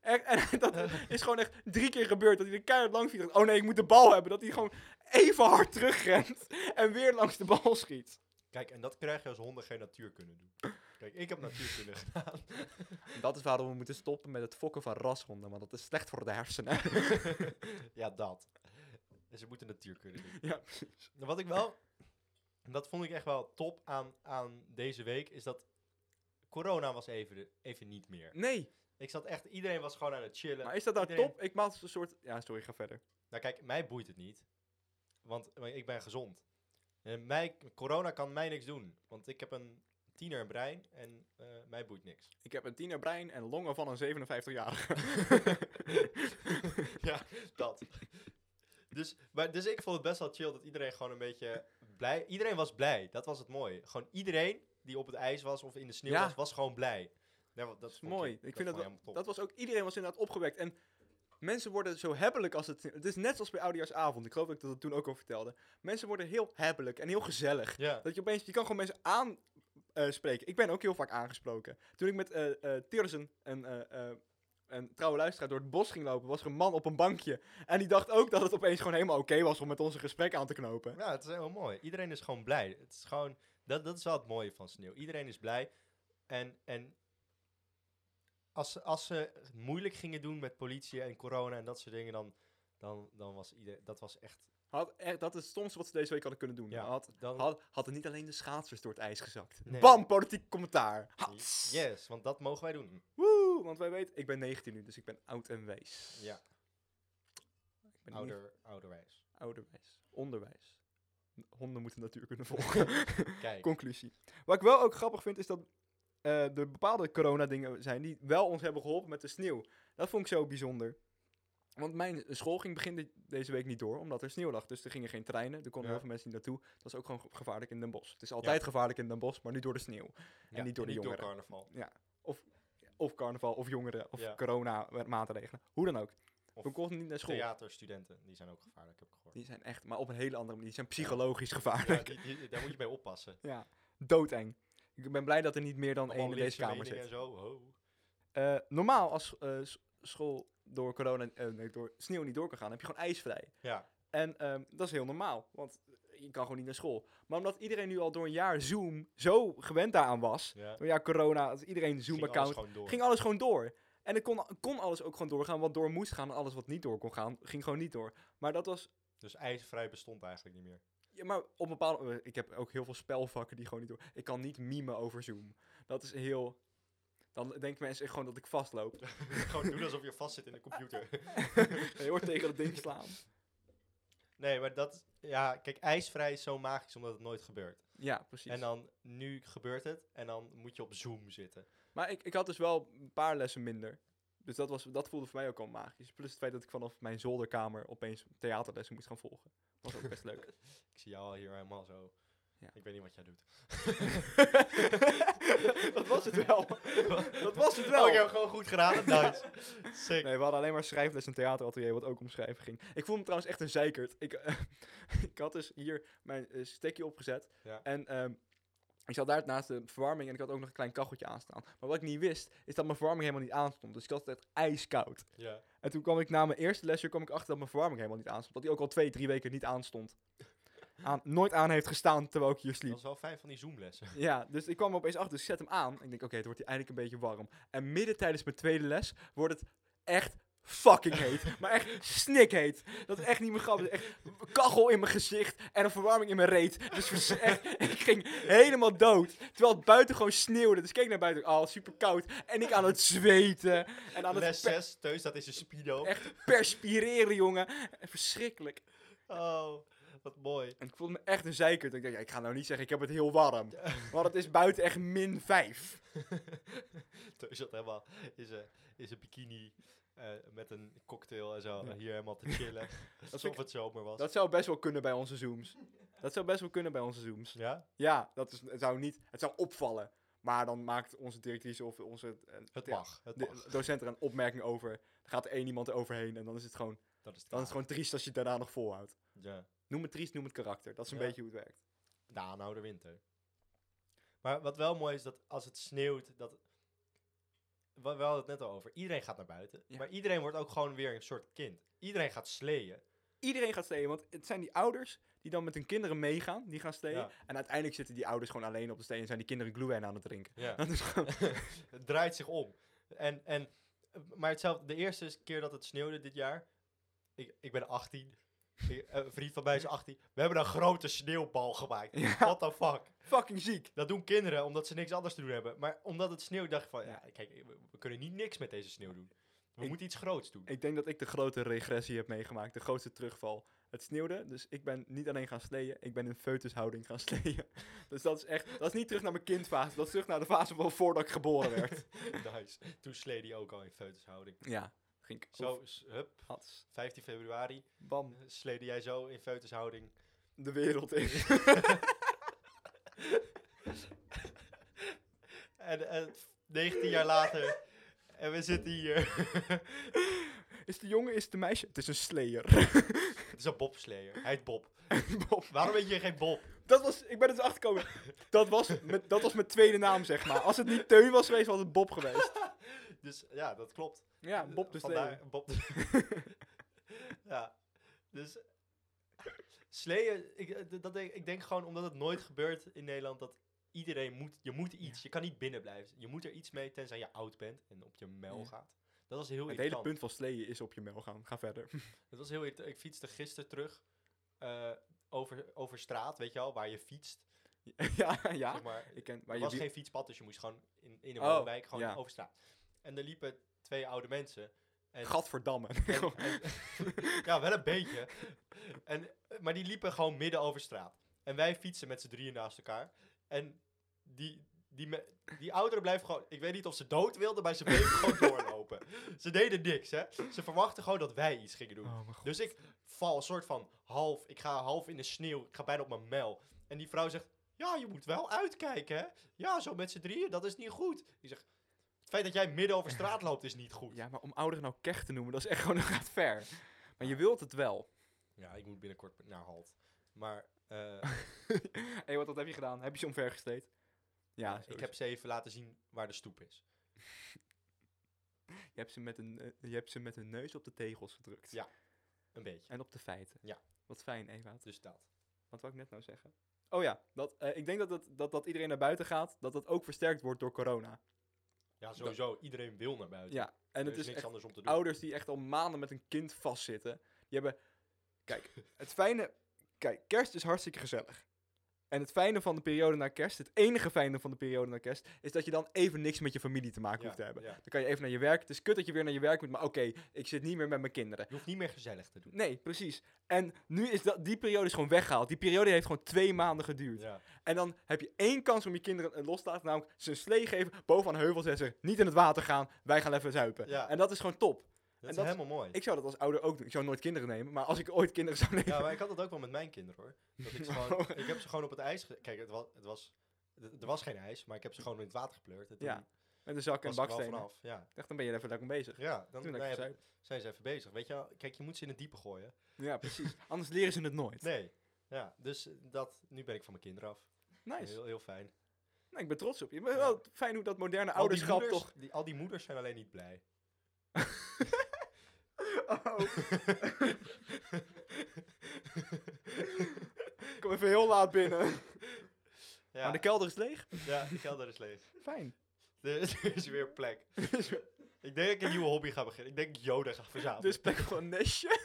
S2: Echt, en dat is gewoon echt drie keer gebeurd. Dat hij er keihard lang vliegt. Oh nee, ik moet de bal hebben. Dat hij gewoon even hard terugrent. En weer langs de bal schiet.
S1: Kijk, en dat krijg je als honden geen natuurkunde doen. Kijk, ik heb natuurkunde gedaan.
S2: Dat is waarom we moeten stoppen met het fokken van rashonden. Want dat is slecht voor de hersenen.
S1: ja, dat. Dus ze moeten natuurkunde doen. Nou,
S2: Ja,
S1: Wat ik wel... Dat vond ik echt wel top aan, aan deze week. Is dat corona was even, de- even niet meer.
S2: Nee,
S1: Ik zat echt... Iedereen was gewoon aan het chillen.
S2: maar is dat nou
S1: Iedereen-
S2: top? Ik maak het een soort... Ja, sorry, ga verder.
S1: Nou kijk, mij boeit het niet. Want eh, ik ben gezond. En mij, corona kan mij niks doen. Want ik heb een tiener brein en eh, mij boeit niks.
S2: Ik heb een tienerbrein en longen van een 57-jarige.
S1: ja, dat. Dus, maar, dus ik vond het best wel chill dat iedereen gewoon een beetje blij... Iedereen was blij, dat was het mooie. Gewoon iedereen die op het ijs was of in de sneeuw
S2: Ja.
S1: was, was gewoon blij. Ja, wa- dat
S2: is
S1: vond
S2: mooi. Ik vind dat
S1: vond
S2: wel-
S1: helemaal top.
S2: Dat was ook... Iedereen was inderdaad opgewekt. En mensen worden zo hebbelijk als het... Het is net als bij Oudejaarsavond. Ik geloof dat ik dat toen ook al vertelde. Mensen worden heel hebbelijk en heel gezellig.
S1: Ja,
S2: Dat je opeens, je kan gewoon mensen aanspreken. ik ben ook heel vaak aangesproken. Toen ik met eh eh Tirsen, een, eh, eh, een trouwe luisteraar, door het bos ging lopen, was er een man op een bankje. En die dacht ook dat het opeens gewoon helemaal oké was om met ons een gesprek aan te knopen.
S1: ja, het is heel mooi. Iedereen is gewoon blij. Het is gewoon, dat, dat is wel het mooie van sneeuw. Iedereen is blij. En, en als, ze- als ze het moeilijk gingen doen met politie en corona en dat soort dingen, dan, dan, dan was iedereen... Dat was echt...
S2: Had, echt, dat is het stomste wat ze deze week hadden kunnen doen.
S1: Ja.
S2: Had,
S1: Dan,
S2: had, hadden niet alleen de schaatsers door het ijs gezakt.
S1: Nee.
S2: Bam, politiek commentaar. Hats.
S1: Yes, want dat mogen wij doen.
S2: Woe, want wij weten, ik ben 19 nu, dus ik ben oud en wijs.
S1: Ja,
S2: ik ben ouder.
S1: ouder, ouderwijs.
S2: ouderwijs. Onderwijs. Honden moeten natuur kunnen volgen.
S1: Kijk.
S2: Conclusie. Wat ik wel ook grappig vind, is dat eh, er bepaalde corona-dingen zijn die wel ons hebben geholpen met de sneeuw. Dat vond ik zo bijzonder. Want mijn school ging begin de- deze week niet door, omdat er sneeuw lag. Dus er gingen geen treinen, er konden
S1: Ja.
S2: heel veel mensen niet naartoe. Dat is ook gewoon ge- gevaarlijk in Den Bosch. Het is altijd gevaarlijk in Den Bosch, maar nu door de sneeuw.
S1: Ja,
S2: niet door de jongeren.
S1: carnaval.
S2: Of carnaval, of jongeren, of
S1: Ja.
S2: corona-maatregelen. Hoe dan ook.
S1: Of
S2: We konden niet naar school.
S1: Theaterstudenten, die zijn ook gevaarlijk, heb ik gehoord.
S2: Die zijn echt, maar op een hele andere manier. Die zijn psychologisch
S1: Ja,
S2: gevaarlijk.
S1: die, die- daar moet je mee oppassen.
S2: Ja, doodeng. Ik ben blij dat er niet meer dan één
S1: Allemaal
S2: in deze kamer
S1: leesverenigingen
S2: zit.
S1: en zo. ho.
S2: Eh, normaal als eh, s- school door corona, eh, nee, door sneeuw niet door kan gaan, heb je gewoon ijsvrij.
S1: Ja,
S2: En ehm, dat is heel normaal, want je kan gewoon niet naar school. Maar omdat iedereen nu al door een jaar Zoom zo gewend daaraan was,
S1: ja.
S2: door een jaar corona, dat iedereen
S1: Ging alles
S2: Zoom-account,
S1: gewoon door.
S2: ging alles gewoon door. En het kon, kon alles ook gewoon doorgaan wat door moest gaan en alles wat niet door kon gaan, ging gewoon niet door. Maar dat was,
S1: Dus ijsvrij bestond eigenlijk niet meer.
S2: ja, maar op een bepaalde, eh, ik heb ook heel veel spelvakken die gewoon niet door, ik kan niet mimen over Zoom. Dat is heel, dan denken mensen echt gewoon dat ik vastloop.
S1: gewoon doen alsof je vast zit in de computer.
S2: Je wordt tegen dat ding slaan.
S1: Nee, maar dat... Ja, kijk, ijsvrij is zo magisch omdat het nooit gebeurt.
S2: Ja, precies.
S1: En dan, nu gebeurt het en dan moet je op Zoom zitten.
S2: Maar ik, ik had dus wel een paar lessen minder. Dus dat, was, dat voelde voor mij ook al magisch. Plus het feit dat ik vanaf mijn zolderkamer opeens theaterlessen moest gaan volgen. Was ook best leuk.
S1: Ik zie jou al hier helemaal zo.
S2: Ja.
S1: Ik weet niet wat jij doet.
S2: dat was het wel. dat was het wel.
S1: Oh, ik heb gewoon goed gedaan. Nice. Sick.
S2: Nee, we hadden alleen maar schrijfles en theateratelier, wat ook om schrijven ging. Ik voelde me trouwens echt een zeikert. Ik, eh, ik had dus hier mijn eh, stekje opgezet.
S1: Ja.
S2: En ehm, ik zat daar naast de verwarming en ik had ook nog een klein kacheltje aanstaan. Maar wat ik niet wist, is dat mijn verwarming helemaal niet aanstond. Dus ik had het echt ijskoud.
S1: Ja.
S2: En toen kwam ik na mijn eerste lesje kwam ik achter dat mijn verwarming helemaal niet aanstond. Dat die ook al twee, drie weken niet aanstond. Aan, nooit aan heeft gestaan terwijl ik hier
S1: Dat
S2: sliep.
S1: is wel fijn van die Zoom-lessen.
S2: Ja, dus ik kwam er opeens achter. Dus ik zet hem aan. Ik denk, oké, het wordt hier eindelijk een beetje warm. En midden tijdens mijn tweede les wordt het echt fucking heet. maar echt snikheet. Dat is echt niet meer grappig. Echt kachel in mijn gezicht en een verwarming in mijn reet. Dus vers- echt, ik ging helemaal dood. Terwijl het buiten gewoon sneeuwde. Dus ik keek naar buiten. Oh, super koud. En ik aan het zweten. En aan het
S1: Les
S2: pe-
S1: 6, Teus, dat is een speedo.
S2: Echt perspireren, jongen. Verschrikkelijk.
S1: Oh, wat mooi.
S2: En ik voelde me echt een zeikert. Ik dacht, ja, ik ga nou niet zeggen, ik heb het heel warm. Want het is buiten echt min 5.
S1: Teus zat helemaal is een, is een bikini eh, met een cocktail en zo. Hier helemaal te chillen. Alsof
S2: vind ik-
S1: het zomer was.
S2: Dat zou best wel kunnen bij onze Zooms. Dat zou best wel kunnen bij onze Zooms.
S1: ja?
S2: Ja, dat is, het, zou niet, het zou opvallen. Maar dan maakt onze directrice of onze eh,
S1: Het
S2: ja,
S1: mag. Het
S2: de-
S1: mag.
S2: docent er een opmerking over. Dan gaat er één iemand overheen en dan is het gewoon,
S1: Dat is het.
S2: dan is het gewoon triest als je het daarna nog volhoudt.
S1: Ja.
S2: Noem het triest, noem het karakter. Dat is een
S1: Ja.
S2: beetje hoe het werkt.
S1: De aanhouder winter. Maar wat wel mooi is, dat als het sneeuwt, dat... We we hadden het net al over. Iedereen gaat naar buiten.
S2: Ja.
S1: Maar iedereen wordt ook gewoon weer een soort kind. Iedereen gaat sleeën.
S2: iedereen gaat steden. Want het zijn die ouders die dan met hun kinderen meegaan, die gaan steden.
S1: Ja.
S2: En uiteindelijk zitten die ouders gewoon alleen op de steen en zijn die kinderen glühwein aan het drinken.
S1: Ja.
S2: Dat is gewoon-
S1: het draait zich om. En, en, maar hetzelfde, de eerste keer dat het sneeuwde dit jaar. Ik, ik ben 18. Ik- eh, Een vriend van mij is 18. We hebben een grote sneeuwbal gemaakt.
S2: Ja.
S1: What the fuck?
S2: fucking ziek.
S1: Dat doen kinderen omdat ze niks anders te doen hebben. Maar omdat het sneeuwt, dacht ik van... Ja,
S2: Ja.
S1: kijk, we, we kunnen niet niks met deze sneeuw doen. We
S2: Ik-
S1: moeten iets groots doen.
S2: Ik denk dat ik de grote regressie heb meegemaakt, de grootste terugval. Het sneeuwde, dus ik ben niet alleen gaan sleeën, ik ben in foetushouding gaan sleeën. Dus dat is echt, dat is niet terug naar mijn kindfase, dat is terug naar de fase van voordat ik geboren werd.
S1: nice. Toen sleed hij ook al in feutushouding.
S2: ja, ging ik
S1: Zo,
S2: zo.
S1: s- hup,
S2: Hats,
S1: 15 februari
S2: bam,
S1: sleedde jij zo in feutushouding.
S2: de wereld in.
S1: En, en 19 jaar later... En we zitten hier.
S2: Is de jongen, is de meisje? Het is een sleer.
S1: Het is een bobslayer. Hij heet Bob.
S2: Bob.
S1: Waarom weet je geen Bob?
S2: Dat was, ik ben er dus achter gekomen. Dat was, mijn, dat was mijn tweede naam, zeg maar. Als het niet Teun was geweest, was het Bob geweest.
S1: Dus ja, dat klopt.
S2: Ja,
S1: Eh,
S2: Bob de
S1: vandaar
S2: Sleeuw.
S1: Bob de Ja, dus... Sleeën, ik, eh, d- dat denk, ik denk gewoon omdat het nooit gebeurt in Nederland dat iedereen moet, je moet iets, je kan niet binnen blijven. Je moet er iets mee tenzij je oud bent en op je mel
S2: Ja.
S1: gaat. Dat was heel
S2: Het hele
S1: irritant.
S2: punt van sleeën is op je mail gaan. Ga verder.
S1: Dat was heel irritant. Ik fietste gisteren terug eh, over, over straat, weet je al, waar je fietst.
S2: ja, ja.
S1: Zeg maar,
S2: Ik ken, maar
S1: Er
S2: je
S1: was
S2: wie-
S1: geen fietspad, dus je moest gewoon in, in een
S2: Oh,
S1: woonwijk gewoon
S2: ja.
S1: over straat. En er liepen twee oude mensen. En,
S2: Gadverdamme.
S1: en- en- ja, wel een beetje. En, maar die liepen gewoon midden over straat. En wij fietsen met z'n drieën naast elkaar. En die, die, me- die ouderen blijven gewoon... Ik weet niet of ze dood wilden, maar ze bleven gewoon doorlopen. Ze deden niks, hè. Ze verwachten gewoon dat wij iets gingen doen.
S5: Oh mijn god.
S1: Dus ik val een soort van half. Ik ga half in de sneeuw. Ik ga bijna op mijn mel. En die vrouw zegt: Ja, je moet wel uitkijken, hè? Ja, zo met z'n drieën, dat is niet goed. Ik zeg: Het feit dat jij midden over straat loopt is niet goed. Ja,
S2: Ja, maar om ouderen nou kech te noemen, dat is echt gewoon gaat ver. Maar je wilt het wel.
S1: ik moet binnenkort naar halt. Maar eh,
S2: Hé, wat, wat heb je gedaan? Heb je ze omver gesteed? Ja,
S1: ik heb ze even laten zien waar de stoep is.
S2: je, hebt ze met een, eh, je hebt ze met hun neus op de tegels gedrukt.
S1: Ja. Een beetje.
S2: En op de feiten.
S1: Ja.
S2: Wat fijn, Ewout.
S1: Dus dat.
S2: Wat wou ik net nou zeggen? Oh ja, dat, eh, ik denk dat, het, dat, dat iedereen naar buiten gaat, dat dat ook versterkt wordt door corona.
S1: Ja, sowieso. Iedereen wil naar buiten.
S2: Ja, en
S1: Er
S2: het is
S1: niks
S2: echt
S1: anders om te doen.
S2: ouders die echt al maanden met een kind vastzitten. Die hebben, kijk, het fijne, kijk, kerst is hartstikke gezellig. En het fijne van de periode na kerst, het enige fijne van de periode na kerst, is dat je dan even niks met je familie te maken
S1: Ja,
S2: hoeft te hebben.
S1: ja.
S2: Dan kan je even naar je werk. Het is kut dat je weer naar je werk moet, maar oké, ik zit niet meer met mijn kinderen.
S1: Je hoeft niet meer gezellig te doen.
S2: Nee, precies. En nu is dat, die periode is gewoon weggehaald. Die periode heeft gewoon twee maanden geduurd.
S1: Ja.
S2: En dan heb je één kans om je kinderen eh, los te laten, namelijk ze een slee geven, bovenaan een heuvel zetten, niet in het water gaan, wij gaan even zuipen.
S1: Ja.
S2: En dat is gewoon top.
S1: Dat is
S2: dat-
S1: helemaal mooi.
S2: Ik zou dat als ouder ook doen. Ik zou nooit kinderen nemen, maar als ik ooit kinderen zou nemen...
S1: Ja, maar ik had dat ook wel met mijn kinderen hoor. Dat ik, ze gewoon, ik heb ze gewoon op het ijs. ge- Kijk, het was, het was, d- er was geen ijs, maar ik heb ze gewoon in het water gepleurd. En toen
S2: Ja, met een zak en
S1: was ik er wel
S2: bakstenen.
S1: vanaf. Ja,
S2: Ik dacht, dan ben je er even lekker mee bezig.
S1: ja dan
S2: Toen
S1: nou
S2: lekker
S1: ja,
S2: zuipen.
S1: zijn ze even bezig. Weet je, wel, kijk, je moet ze in het diepe gooien.
S2: Ja, precies. Anders leren ze het nooit.
S1: Nee. Ja, dus eh, dat, nu ben ik van mijn kinderen af.
S2: Nice.
S1: Heel, heel fijn.
S2: Nou, ik ben trots op je. Maar
S1: Ja.
S2: wel fijn hoe dat moderne
S1: Al die
S2: ouderschap
S1: moeders-
S2: toch...
S1: Die, al die moeders zijn alleen niet blij. Oh.
S2: Ik kom even heel laat binnen.
S1: Ja,
S2: Maar de kelder is leeg.
S1: ja, de kelder is leeg.
S2: Fijn.
S1: Er is, er is weer plek. ik denk dat ik een nieuwe hobby ga beginnen. Ik denk dat ik Yoda ga verzamelen.
S2: Dus plek voor een nestje.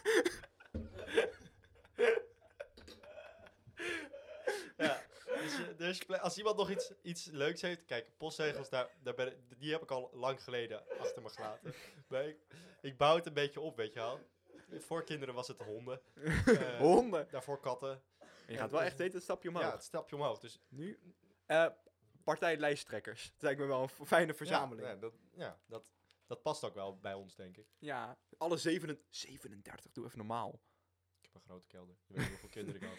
S1: Ja, dus, eh, dus ple- als iemand nog iets, iets leuks heeft, kijk, postzegels, daar, daar ben ik- die heb ik al lang geleden achter me gelaten. Maar ik, ik bouw het een beetje op, weet je wel. Voor kinderen was het honden, Eh,
S2: Honden.
S1: daarvoor katten.
S2: Je gaat wel echt steeds een stapje omhoog.
S1: Ja, het stapje omhoog. Dus
S2: Nu? eh partijlijsttrekkers. Dat lijkt me wel een f- fijne verzameling.
S1: Ja,
S2: Ja,
S1: ja, dat, ja dat, dat past ook wel bij ons, denk ik.
S2: alle 37, 37, doe even normaal.
S1: Ik heb een grote kelder. Je weet niet hoeveel kinderen ik had.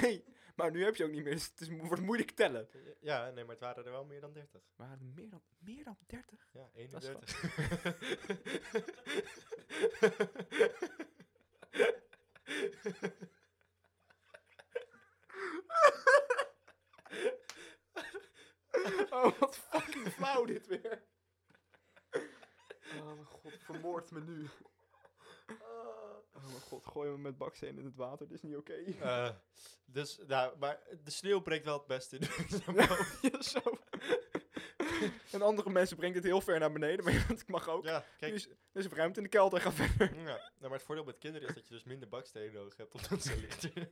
S2: Nee, maar nu heb je ook niet meer, dus het is, mo- wordt moeilijk tellen.
S1: Ja, nee, maar het waren er wel meer dan 30.
S2: Maar meer dan, meer dan 30?
S1: Ja,
S2: Dat is
S1: 31.
S2: Oh, wat fucking flauw dit weer. Oh mijn god, vermoord me nu. Oh mijn god, gooi me met baksteen in het water, dit is niet oké.
S1: Eh, dus, nou, maar de sneeuw breekt wel het beste in.
S2: Ja, zo. en andere mensen brengt het heel ver naar beneden, maar ik mag ook.
S1: ja,
S2: Nu
S1: kijk.
S2: is, er is ruimte in de kelder, ga verder.
S1: Ja, nou, maar het voordeel met kinderen is dat je dus minder bakstenen nodig hebt, omdat ze lichter.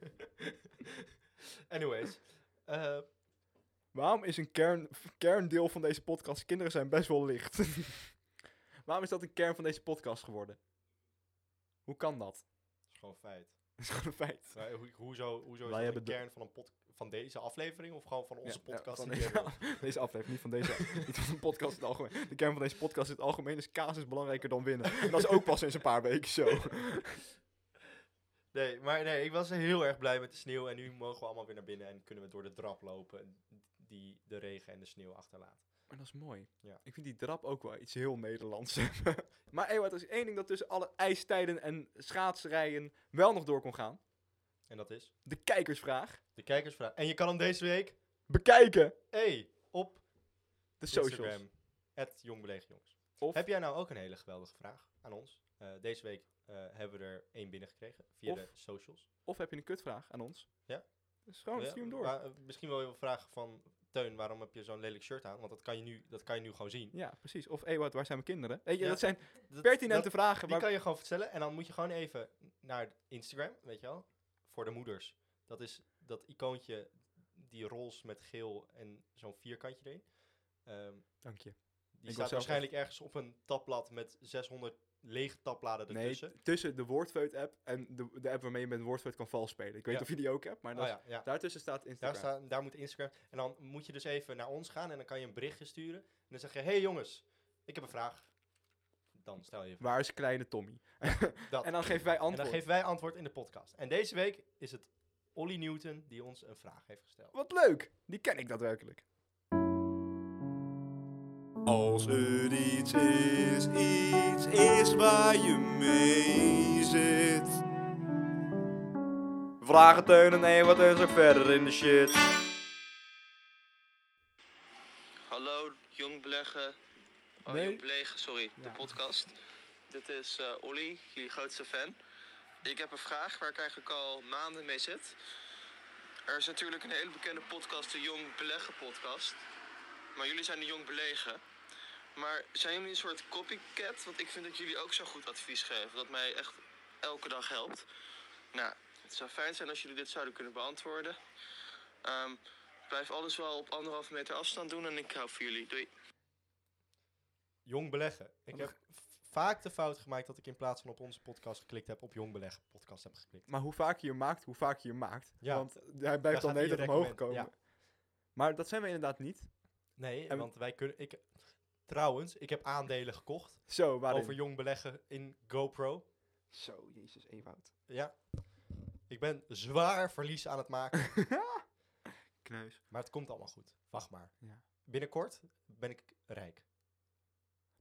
S1: Anyways. eh,
S2: Waarom is een kern, kerndeel van deze podcast, kinderen zijn best wel licht. Waarom is dat een kern van deze podcast geworden? Hoe kan dat?
S1: is gewoon feit.
S2: Dat is gewoon een feit.
S1: Maar ho- hoezo, hoezo
S2: Wij
S1: is dat de
S2: hebben de-
S1: kern van, een pod- van deze aflevering of gewoon van onze
S2: Ja, ja,
S1: podcast?
S2: van
S1: in
S2: deze,
S1: general?
S2: deze aflevering, niet van deze, niet van de podcast in het algemeen. De kern van deze podcast in het algemeen is kaas is belangrijker dan winnen. En dat is ook pas sinds een paar weken zo.
S1: Nee, maar nee, ik was heel erg blij met de sneeuw en nu mogen we allemaal weer naar binnen en kunnen we door de drap lopen die de regen en de sneeuw achterlaat.
S2: Maar dat is mooi.
S1: Ja.
S2: Ik vind die drap ook wel iets heel Nederlands. maar Ewout, er is één ding dat tussen alle ijstijden en schaatsrijen wel nog door kon gaan.
S1: En dat is
S2: De kijkersvraag.
S1: de kijkersvraag. En je kan hem deze week,
S2: Bekijken
S1: hey, op
S2: de socials.
S1: Instagram, het jongbelegenjongens.
S2: Of-
S1: Heb jij nou ook een hele geweldige vraag aan ons? Eh, deze week eh, hebben we er één binnengekregen via
S2: Of-
S1: de socials.
S2: Of heb je een kutvraag aan ons?
S1: Ja.
S2: Dus gewoon
S1: Ja,
S2: stuur hem door.
S1: maar, eh, misschien wil je wel vragen van Teun, waarom heb je zo'n lelijk shirt aan? Want dat kan je nu, dat kan je nu gewoon zien.
S2: Ja, precies. Of Ewout, waar zijn mijn kinderen? Weet je,
S1: Ja.
S2: dat zijn
S1: Dat-
S2: pertinente
S1: dat-
S2: vragen.
S1: Die
S2: Waar...
S1: kan je gewoon vertellen. En dan moet je gewoon even naar Instagram, weet je wel. Voor de moeders. Dat is dat icoontje, die roze met geel en zo'n vierkantje erin. Ehm,
S2: Dank je.
S1: die
S2: was
S1: staat
S2: zelf
S1: waarschijnlijk ergens op een tabblad met 600 lege tabbladen
S2: Nee,
S1: ertussen.
S2: t- tussen de Woordfeut-app en de, de app waarmee je met Woordfeut kan vals spelen. Ik weet
S1: Ja.
S2: niet of je die ook hebt, maar dat
S1: Oh
S2: is-
S1: ja, ja.
S2: daartussen staat Instagram.
S1: Daar, staat, daar moet Instagram. En dan moet je dus even naar ons gaan en dan kan je een berichtje sturen. En dan zeg je, hey jongens, ik heb een vraag. Dan stel je
S2: Waar is kleine Tommy?
S1: dat.
S2: En dan geven wij
S1: En dan
S2: antwoord.
S1: geven wij antwoord in de podcast. En deze week is het Olly Newton die ons een vraag heeft gesteld.
S2: Wat leuk! Die ken ik daadwerkelijk.
S6: Als er iets is, iets is waar je mee zit.
S2: Vragen Teun en Ewart en zo verder in de shit.
S7: Hallo, jong beleggen. Oh,
S2: Nee.
S7: jong belegen, sorry, de podcast. Dit is eh Olly, jullie grootste fan. Ik heb een vraag waar ik eigenlijk al maanden mee zit. Er is natuurlijk een hele bekende podcast, de Jong Beleggen podcast. Maar jullie zijn de Jong Belegen. Maar zijn jullie een soort copycat? Want ik vind dat jullie ook zo goed advies geven. Dat mij echt elke dag helpt. Nou, het zou fijn zijn als jullie dit zouden kunnen beantwoorden. Ehm, Blijf alles wel op anderhalve meter afstand doen en ik hou voor jullie. Doei.
S1: Jong beleggen. Ik heb v- vaak de fout gemaakt dat ik in plaats van op onze podcast geklikt heb, op Jong beleggen podcast heb geklikt.
S2: Maar hoe vaker je hem maakt, hoe vaker je hem maakt.
S1: Ja.
S2: Want hij
S1: Daar
S2: blijft dan
S1: staat
S2: de hele
S1: in je
S2: tijd omhoog komen.
S1: recommend,
S2: Maar dat zijn we inderdaad niet.
S1: Nee,
S2: En-
S1: want wij kunnen. Ik, trouwens, ik heb aandelen gekocht
S2: Zo, waarin?
S1: over jong beleggen in GoPro.
S2: Zo, jezus Ewout.
S1: Ja. Ik ben zwaar verlies aan het maken,
S2: Kneus.
S1: maar het komt allemaal goed. Wacht maar.
S2: Ja.
S1: Binnenkort ben ik rijk.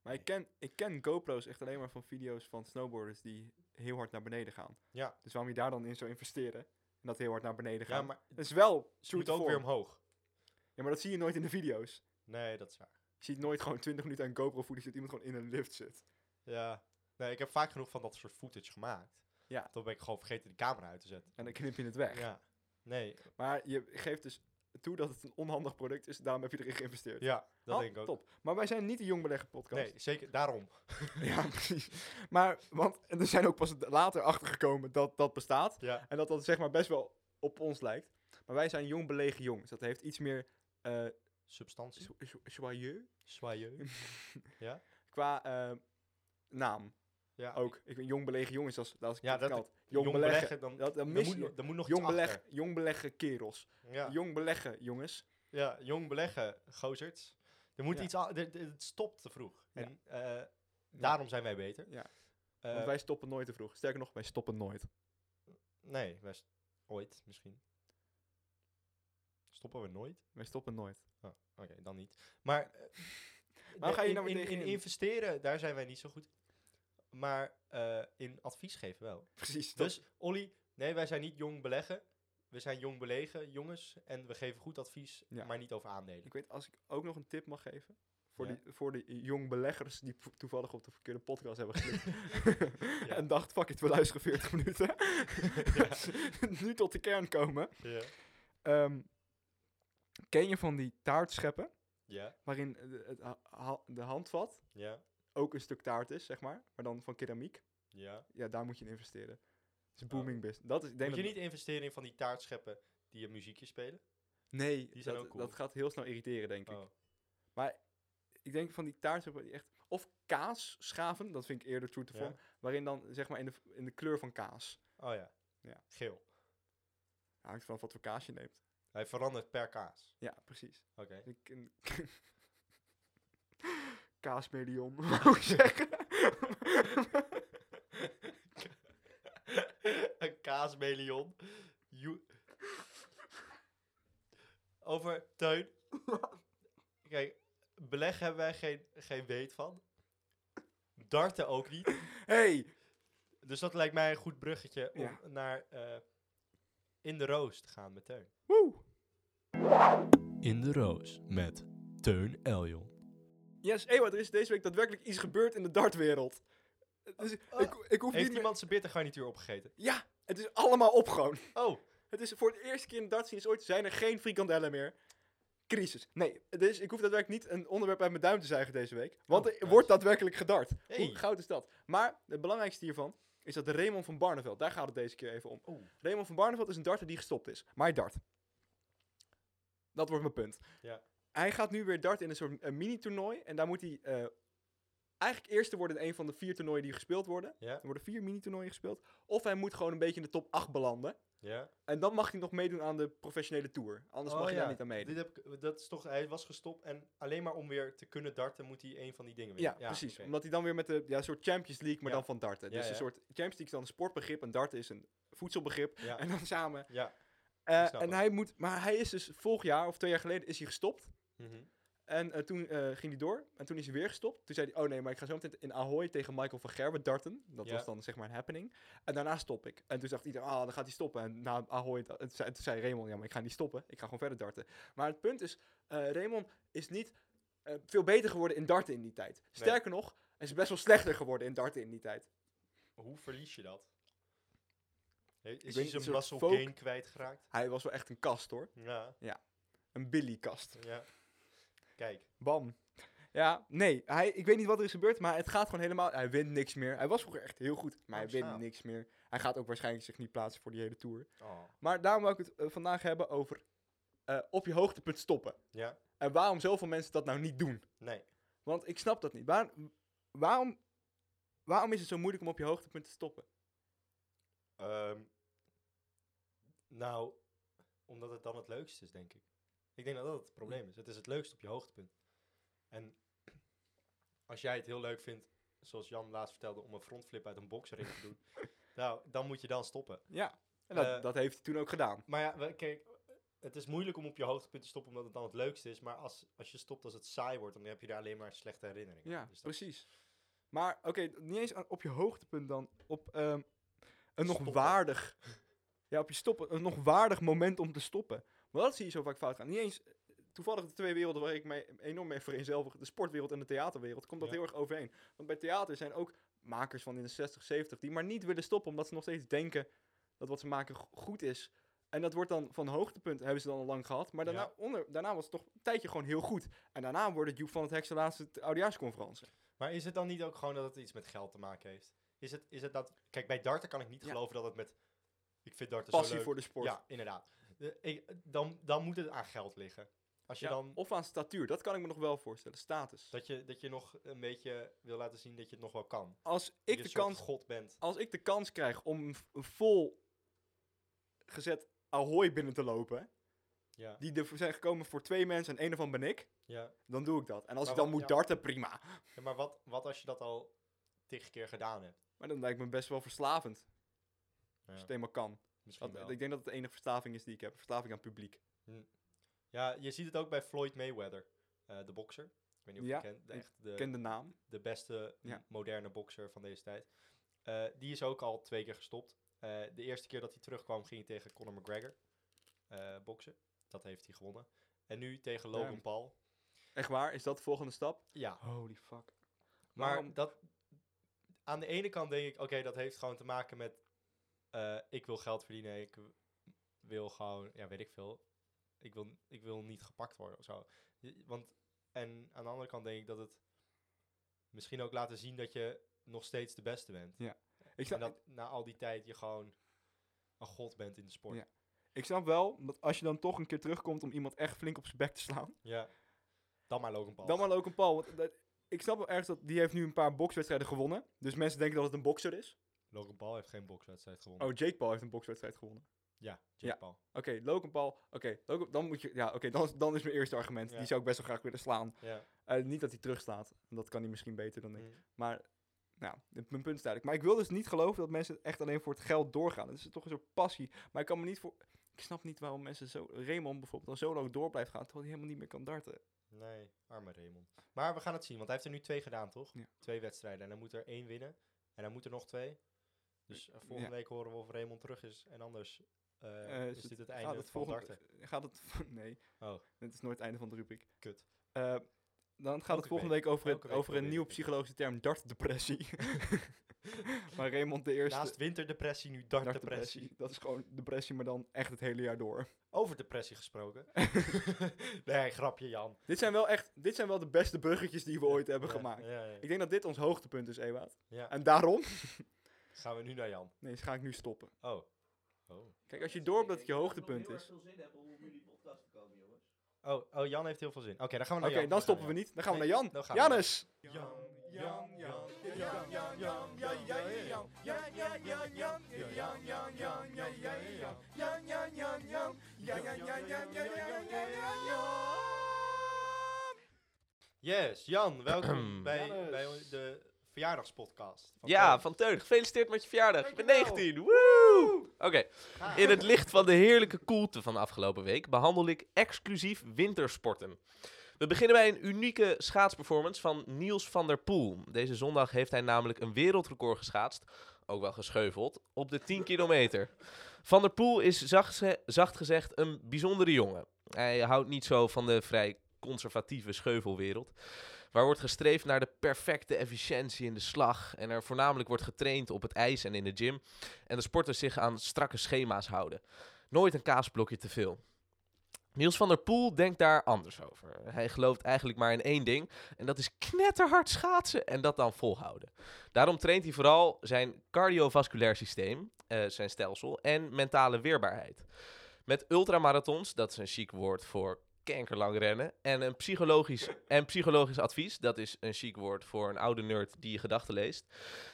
S2: Maar ik ken, ik ken GoPro's echt alleen maar van video's van snowboarders die heel hard naar beneden gaan.
S1: Ja.
S2: Dus waarom je daar dan in zou investeren en dat heel hard naar beneden gaan.
S1: Ja, maar
S2: Dat is wel
S1: het moet
S2: eh, shoot
S1: ook
S2: ook
S1: weer omhoog.
S2: Ja, maar dat zie je nooit in de video's.
S1: Nee, dat is waar.
S2: Je ziet nooit gewoon 20 minuten aan GoPro footage dat iemand gewoon in een lift zit.
S1: Ja. Nee, ik heb vaak genoeg van dat soort footage gemaakt.
S2: Ja.
S1: Dan ben ik gewoon vergeten de camera uit te zetten.
S2: En dan knip je het weg.
S1: Ja. Nee.
S2: Maar je geeft dus toe dat het een onhandig product is, daarom heb je erin geïnvesteerd.
S1: Ja, dat
S2: Ah,
S1: denk ik ook.
S2: Top. Maar wij zijn niet de jong beleggen podcast.
S1: Nee, zeker. Daarom.
S2: Ja, precies. Maar, want en er zijn ook pas later achtergekomen dat dat bestaat.
S1: Ja.
S2: En dat dat zeg maar best wel op ons lijkt. Maar wij zijn jong belegen jong. Dus dat heeft iets meer eh
S1: Substantie.
S2: jo- jo- joyeux
S1: Soyeux.
S2: qua eh, naam
S1: Ja.
S2: ook. Ik ben jong belegen jong is als, als
S1: Ja, dat-
S2: kant. Oh, Jong beleggen.
S1: Dan,
S2: Dat, dan
S1: dan
S2: mis
S1: moet,
S2: je.
S1: nog- dan moet nog
S2: Jong,
S1: iets
S2: beleg,
S1: achter.
S2: jong beleggen kerels.
S1: Ja.
S2: Jong beleggen jongens.
S1: Ja, jong beleggen, gozerds. Er moet
S2: Ja.
S1: iets aan, er- er- het stopt te vroeg.
S2: Ja.
S1: En eh, daarom zijn wij beter.
S2: Ja.
S1: Eh,
S2: Want wij stoppen nooit te vroeg. Sterker nog, wij stoppen nooit.
S1: Nee, wij st- ooit misschien. Stoppen we nooit?
S2: Wij stoppen nooit.
S1: Oh, Oké, dan niet. Maar eh,
S2: Waar
S1: de-
S2: ga je
S1: in-
S2: nou weer
S1: in, in
S2: tegenin?
S1: investeren, daar zijn wij niet zo goed. in. Maar eh, in advies geven wel.
S2: Precies. dat-
S1: Dus Olly, nee, wij zijn niet jong beleggen. We zijn jong belegen, jongens. En we geven goed advies,
S2: Ja.
S1: maar niet over aandelen.
S2: Ik weet, als ik ook nog een tip mag geven. Voor,
S1: Ja.
S2: die, voor de jong beleggers die po- toevallig op de verkeerde podcast hebben geklikt.
S1: Ja.
S2: En dacht, fuck it, we luisteren 40 minuten. nu tot de kern komen.
S1: Ja.
S2: Ehm, ken je van die taartscheppen?
S1: Ja,
S2: Waarin de, het ha- ha- de handvat
S1: ja,
S2: ook een stuk taart is, zeg maar. Maar dan van keramiek.
S1: ja.
S2: Ja, daar moet je in investeren. Het is een booming business. Dat is, ik denk
S1: Oh. Moet je
S2: dat-
S1: niet investeren in van die taartscheppen die je muziekje spelen?
S2: Nee,
S1: Die zijn
S2: dat,
S1: ook cool.
S2: dat gaat heel snel irriteren, denk ik.
S1: Oh.
S2: Maar ik denk van die taarten die echt... Of kaasschaven, dat vind ik eerder true to
S1: Ja.
S2: form. Waarin dan, zeg maar, in de, in de kleur van kaas.
S1: oh ja.
S2: Ja.
S1: Geel.
S2: Hangt vanaf wat voor kaas je neemt.
S1: Hij verandert per kaas.
S2: Ja, precies.
S1: Oké.
S2: Ik, een, kaasmedium, wou ik zeggen.
S1: een kaasmelion. Joe- Over Teun. Kijk, beleg hebben wij geen, geen weet van. Darten ook niet.
S2: hey,
S1: Dus dat lijkt mij een goed bruggetje om
S2: Ja.
S1: naar eh, In de Roos te gaan met Teun.
S2: woe!
S1: In de Roos met Teun Eljon.
S2: Yes, Ewa, er is deze week daadwerkelijk iets gebeurd in de dartwereld. Dus ik, ik hoef niet
S1: Oh, Heeft
S2: meer...
S1: iemand zijn bittergarnituur opgegeten?
S2: Ja, het is allemaal op gewoon.
S1: Oh,
S2: Het is voor het eerste keer in de dartscene is ooit zijn er geen frikandellen meer. Crisis. Nee, dus ik hoef daadwerkelijk niet een onderwerp uit mijn duim te zuigen deze week. Want
S1: Oh,
S2: er
S1: nice.
S2: wordt daadwerkelijk gedart.
S1: Hey.
S2: Hoe goud is dat? Maar het belangrijkste hiervan is dat Raymond van Barneveld, daar gaat het deze keer even om.
S1: Oh.
S2: Raymond van Barneveld is een darter die gestopt is. Maar hij dart. Dat wordt mijn punt.
S1: Ja.
S2: Hij gaat nu weer darten in een soort eh, mini-toernooi. En daar moet hij eh, eigenlijk eerste worden in een van de vier toernooien die gespeeld worden.
S1: Ja.
S2: Er worden vier mini-toernooien gespeeld. Of hij moet gewoon een beetje in de top 8 belanden.
S1: Ja.
S2: En dan mag hij nog meedoen aan de professionele tour. Anders
S1: Oh
S2: mag je daar
S1: ja,
S2: niet aan meedoen.
S1: Dit heb ik, dat is toch, hij was gestopt en alleen maar om weer te kunnen darten moet hij een van die dingen
S2: Ja,
S1: winnen.
S2: precies.
S1: oké.
S2: Omdat hij dan weer met de ja, een soort Champions League, maar
S1: Ja.
S2: dan van darten.
S1: Ja,
S2: dus
S1: ja.
S2: een soort Champions League is dan een sportbegrip en darten is een voedselbegrip.
S1: Ja.
S2: En dan samen.
S1: Ja.
S2: Eh,
S1: Ik snap
S2: en
S1: het.
S2: hij moet, maar hij is dus vorig jaar of twee jaar geleden is hij gestopt.
S1: mhm.
S2: En eh, toen eh, ging hij door. En toen is hij weer gestopt. Toen zei hij, oh nee, maar ik ga zo meteen in Ahoy tegen Michael van Gerwen darten. Dat
S1: Ja.
S2: was dan zeg maar een happening. En daarna stop ik. En toen dacht iedereen, ah, dan gaat hij stoppen. En na Ahoy, da- en toen zei- toen zei Raymond, ja, maar ik ga niet stoppen. Ik ga gewoon verder darten. Maar het punt is, eh, Raymond is niet eh, veel beter geworden in darten in die tijd. Sterker nog, hij is best wel slechter geworden in darten in die tijd.
S1: Hoe verlies je dat? He-
S2: weet
S1: Is hij
S2: niet,
S1: zijn
S2: een soort
S1: muscle
S2: folk-
S1: gain kwijtgeraakt?
S2: Hij was wel echt een kast hoor.
S1: Ja,
S2: Een Billy-kast.
S1: ja. Kijk,
S2: Bam. Ja, nee. Hij, ik weet niet wat er is gebeurd, maar het gaat gewoon helemaal... Hij wint niks meer. Hij was vroeger echt heel goed, maar hij
S1: Oh,
S2: wint
S1: schaam.
S2: niks meer. Hij gaat ook waarschijnlijk zich niet plaatsen voor die hele Tour.
S1: oh.
S2: Maar daarom wil ik het eh, vandaag hebben over eh, op je hoogtepunt stoppen.
S1: ja,
S2: En waarom zoveel mensen dat nou niet doen.
S1: nee.
S2: Want ik snap dat niet. Waar- waarom, waarom is het zo moeilijk om op je hoogtepunt te stoppen?
S1: Ehm, nou, omdat het dan het leukste is, denk ik. Ik denk dat dat het probleem is. Het is het leukst op je hoogtepunt. En als jij het heel leuk vindt, zoals Jan laatst vertelde, om een frontflip uit een boksering te doen, nou, dan moet je dan stoppen.
S2: Ja, en dat,
S1: Eh,
S2: dat heeft hij toen ook gedaan.
S1: Maar ja, we- kijk, het is moeilijk om op je hoogtepunt te stoppen, omdat het dan het leukste is. Maar als, als je stopt als het saai wordt, dan heb je daar alleen maar slechte herinneringen.
S2: Ja,
S1: aan. Dus dat-
S2: precies. Maar oké, niet eens aan- op je hoogtepunt dan. Op ehm, een nog
S1: Stoppen.
S2: waardig. Ja, op je stoppen. Een nog waardig moment om te stoppen. Maar dat zie je zo vaak fout gaan. Niet eens. eh, Toevallig de twee werelden waar ik mij enorm mee vereenzelvig. De sportwereld en de theaterwereld. Komt dat
S1: Ja.
S2: heel erg overeen. Want bij theater zijn ook makers van in de 60, 70. die maar niet willen stoppen. omdat ze nog steeds denken dat wat ze maken go- goed is. En dat wordt dan van hoogtepunt, hebben ze dan al lang gehad. Maar daarna,
S1: Ja.
S2: onder, daarna was het toch een tijdje gewoon heel goed. En daarna wordt het Joep van het Hek zijn laatste t- oudejaarsconferentie.
S1: Maar is het dan niet ook gewoon dat het iets met geld te maken heeft? Is het, is het dat... Kijk, bij darten kan ik niet
S2: Ja.
S1: geloven dat het met... Ik vind darten zo
S2: passie
S1: leuk.
S2: voor de sport.
S1: Ja, inderdaad. De- ik- dan, dan moet het aan geld liggen. Als je
S2: Ja,
S1: dan...
S2: Of aan statuur, dat kan ik me nog wel voorstellen. Status.
S1: Dat je, dat je nog een beetje wil laten zien dat je het nog wel kan.
S2: Als
S1: Dat
S2: ik,
S1: je
S2: de
S1: een soort
S2: kans,
S1: god bent.
S2: als ik de kans krijg om een v- een vol gezet Ahoy binnen te lopen,
S1: Ja.
S2: die er voor- zijn gekomen voor twee mensen en één ervan ben ik,
S1: ja.
S2: dan doe ik dat. En als
S1: Maar
S2: ik dan
S1: wat-
S2: moet
S1: ja.
S2: darten, prima.
S1: Ja, Maar wat, wat als je dat al tig keer gedaan hebt?
S2: Maar dan lijkt me best wel verslavend, als je
S1: Ja,
S2: het eenmaal kan.
S1: misschien
S2: Dat,
S1: wel.
S2: ik denk dat het de enige verslaving is die ik heb. Verslaving aan het publiek.
S1: Ja, je ziet het ook bij Floyd Mayweather. eh, de bokser. Ik weet niet of
S2: Ja,
S1: je hem kent.
S2: ik
S1: Echt de,
S2: Ik ken de naam.
S1: de beste
S2: Ja.
S1: m- moderne bokser van deze tijd. Eh, die is ook al twee keer gestopt. Eh, de eerste keer dat hij terugkwam ging hij tegen Conor McGregor eh, boksen. Dat heeft hij gewonnen. En nu tegen Logan
S2: Damn.
S1: Paul.
S2: Echt waar? Is dat de volgende stap?
S1: Ja,
S2: Holy fuck.
S1: maar
S2: Waarom-
S1: dat... Aan de ene kant denk ik, oké, dat heeft gewoon te maken met... eh, ik wil geld verdienen, ik w- wil gewoon... Ja, weet ik veel. Ik wil, ik wil niet gepakt worden of zo. Je- Want, en aan de andere kant denk ik dat het... Misschien ook laten zien dat je nog steeds de beste bent.
S2: Ik snap,
S1: En dat na al die tijd je gewoon een god bent in de sport.
S2: Ja. ik snap wel dat als je dan toch een keer terugkomt om iemand echt flink op zijn bek te slaan,
S1: Ja. Dan maar Logan Paul.
S2: Dan maar Logan Paul. Want dat, ik snap wel ergens dat die heeft nu een paar bokswedstrijden gewonnen. Dus mensen denken dat het een bokser is.
S1: Logan Paul heeft geen bokswedstrijd gewonnen.
S2: Oh, Jake Paul heeft een bokswedstrijd gewonnen.
S1: Ja, Jake
S2: Ja.
S1: Paul.
S2: Oké, Logan Paul. Oké, Logan- dan moet je. Ja, oké, dan, is- dan is mijn eerste argument.
S1: Ja.
S2: Die zou ik best wel graag willen slaan.
S1: Ja.
S2: Eh, niet dat hij terugstaat. Dat kan hij misschien beter dan ik.
S1: Mm.
S2: Maar, nou, het- mijn punt is duidelijk. Maar ik wil dus niet geloven dat mensen echt alleen voor het geld doorgaan. Het is toch een soort passie. Maar ik kan me niet voor. Ik snap niet waarom mensen zo. Raymond bijvoorbeeld dan zo lang door blijft gaan. Terwijl hij helemaal niet meer kan darten.
S1: Nee, arme Raymond. Maar we gaan het zien, want hij heeft er nu twee gedaan, toch?
S2: Ja.
S1: Twee wedstrijden. En dan moet er één winnen. En dan moet er nog twee. Dus eh, volgende week horen we of Raymond terug is. En anders eh,
S2: Eh,
S1: is
S2: het-
S1: dit het
S2: gaat
S1: einde
S2: het
S1: van
S2: volgende-
S1: darten.
S2: Gaat het. Nee.
S1: Oh.
S2: Het is nooit het einde van de rubriek.
S1: Kut.
S2: Eh, dan gaat het
S1: Elke
S2: volgende week over, het-
S1: Elke week
S2: over een
S1: probeer
S2: nieuwe
S1: ik het.
S2: psychologische term, dartdepressie. maar Raymond de eerste.
S1: Naast winterdepressie nu dartdepressie.
S2: dartdepressie. Dat is gewoon depressie, maar dan echt het hele jaar door.
S1: Over depressie gesproken. nee, grapje Jan.
S2: Dit zijn wel echt, dit zijn wel de beste bruggetjes die we ooit hebben
S1: Ja,
S2: gemaakt.
S1: Ja, ja,
S2: Ik denk dat dit ons hoogtepunt is, Ewout.
S1: ja.
S2: En daarom,
S1: Gaan we nu naar Jan.
S2: nee, dus ga ik nu stoppen.
S1: Oh. Oh.
S2: Kijk, als je door hebt dat het je hoogtepunt
S3: Ik denk
S2: is.
S3: dat we nog heel erg veel zin hebben om jullie podcast te komen, jongens.
S1: Oh, oh, Jan heeft heel veel zin. Oké, dan gaan we
S2: Oké,
S1: naar Jan.
S2: dan stoppen we niet. Dan gaan we naar
S1: Nee,
S2: Jan.
S1: dan gaan we naar
S2: Jannes!
S1: Jan, Jan,
S6: Jan, Jan, Jan, Jan, Jan, ja, ja, ja, Jan, Jan, Jan, Jan, Jan, ja, Jan, Jan, Jan, ja, ja, Jan, Jan, Jan, Jan, Jan, ja, ja, ja, ja, ja, ja, ja, ja, Jan.
S1: Yes, Jan, welkom bij, bij de verjaardagspodcast. van
S7: Ja,
S1: Teun.
S7: van Teun. Gefeliciteerd met je verjaardag. Ik ben 19. Woe! Oké. In het licht van de heerlijke koelte van de afgelopen week behandel ik exclusief wintersporten. We beginnen bij een unieke schaatsperformance van Niels van der Poel. Deze zondag heeft hij namelijk een wereldrecord geschaatst, ook wel gescheuveld, op de 10 kilometer. Van der Poel is zacht, ze- zacht gezegd een bijzondere jongen. Hij houdt niet zo van de vrij conservatieve scheuvelwereld waar wordt gestreefd naar de perfecte efficiëntie in de slag en er voornamelijk wordt getraind op het ijs en in de gym en de sporters zich aan strakke schema's houden. Nooit een kaasblokje te veel. Niels van der Poel denkt daar anders over. Hij gelooft eigenlijk maar in één ding en dat is knetterhard schaatsen en dat dan volhouden. Daarom traint hij vooral zijn cardiovasculair systeem, eh, zijn stelsel en mentale weerbaarheid. Met ultramarathons, dat is een chic woord voor kankerlang rennen. En een psychologisch, en psychologisch advies, dat is een chic woord voor een oude nerd die je gedachten leest,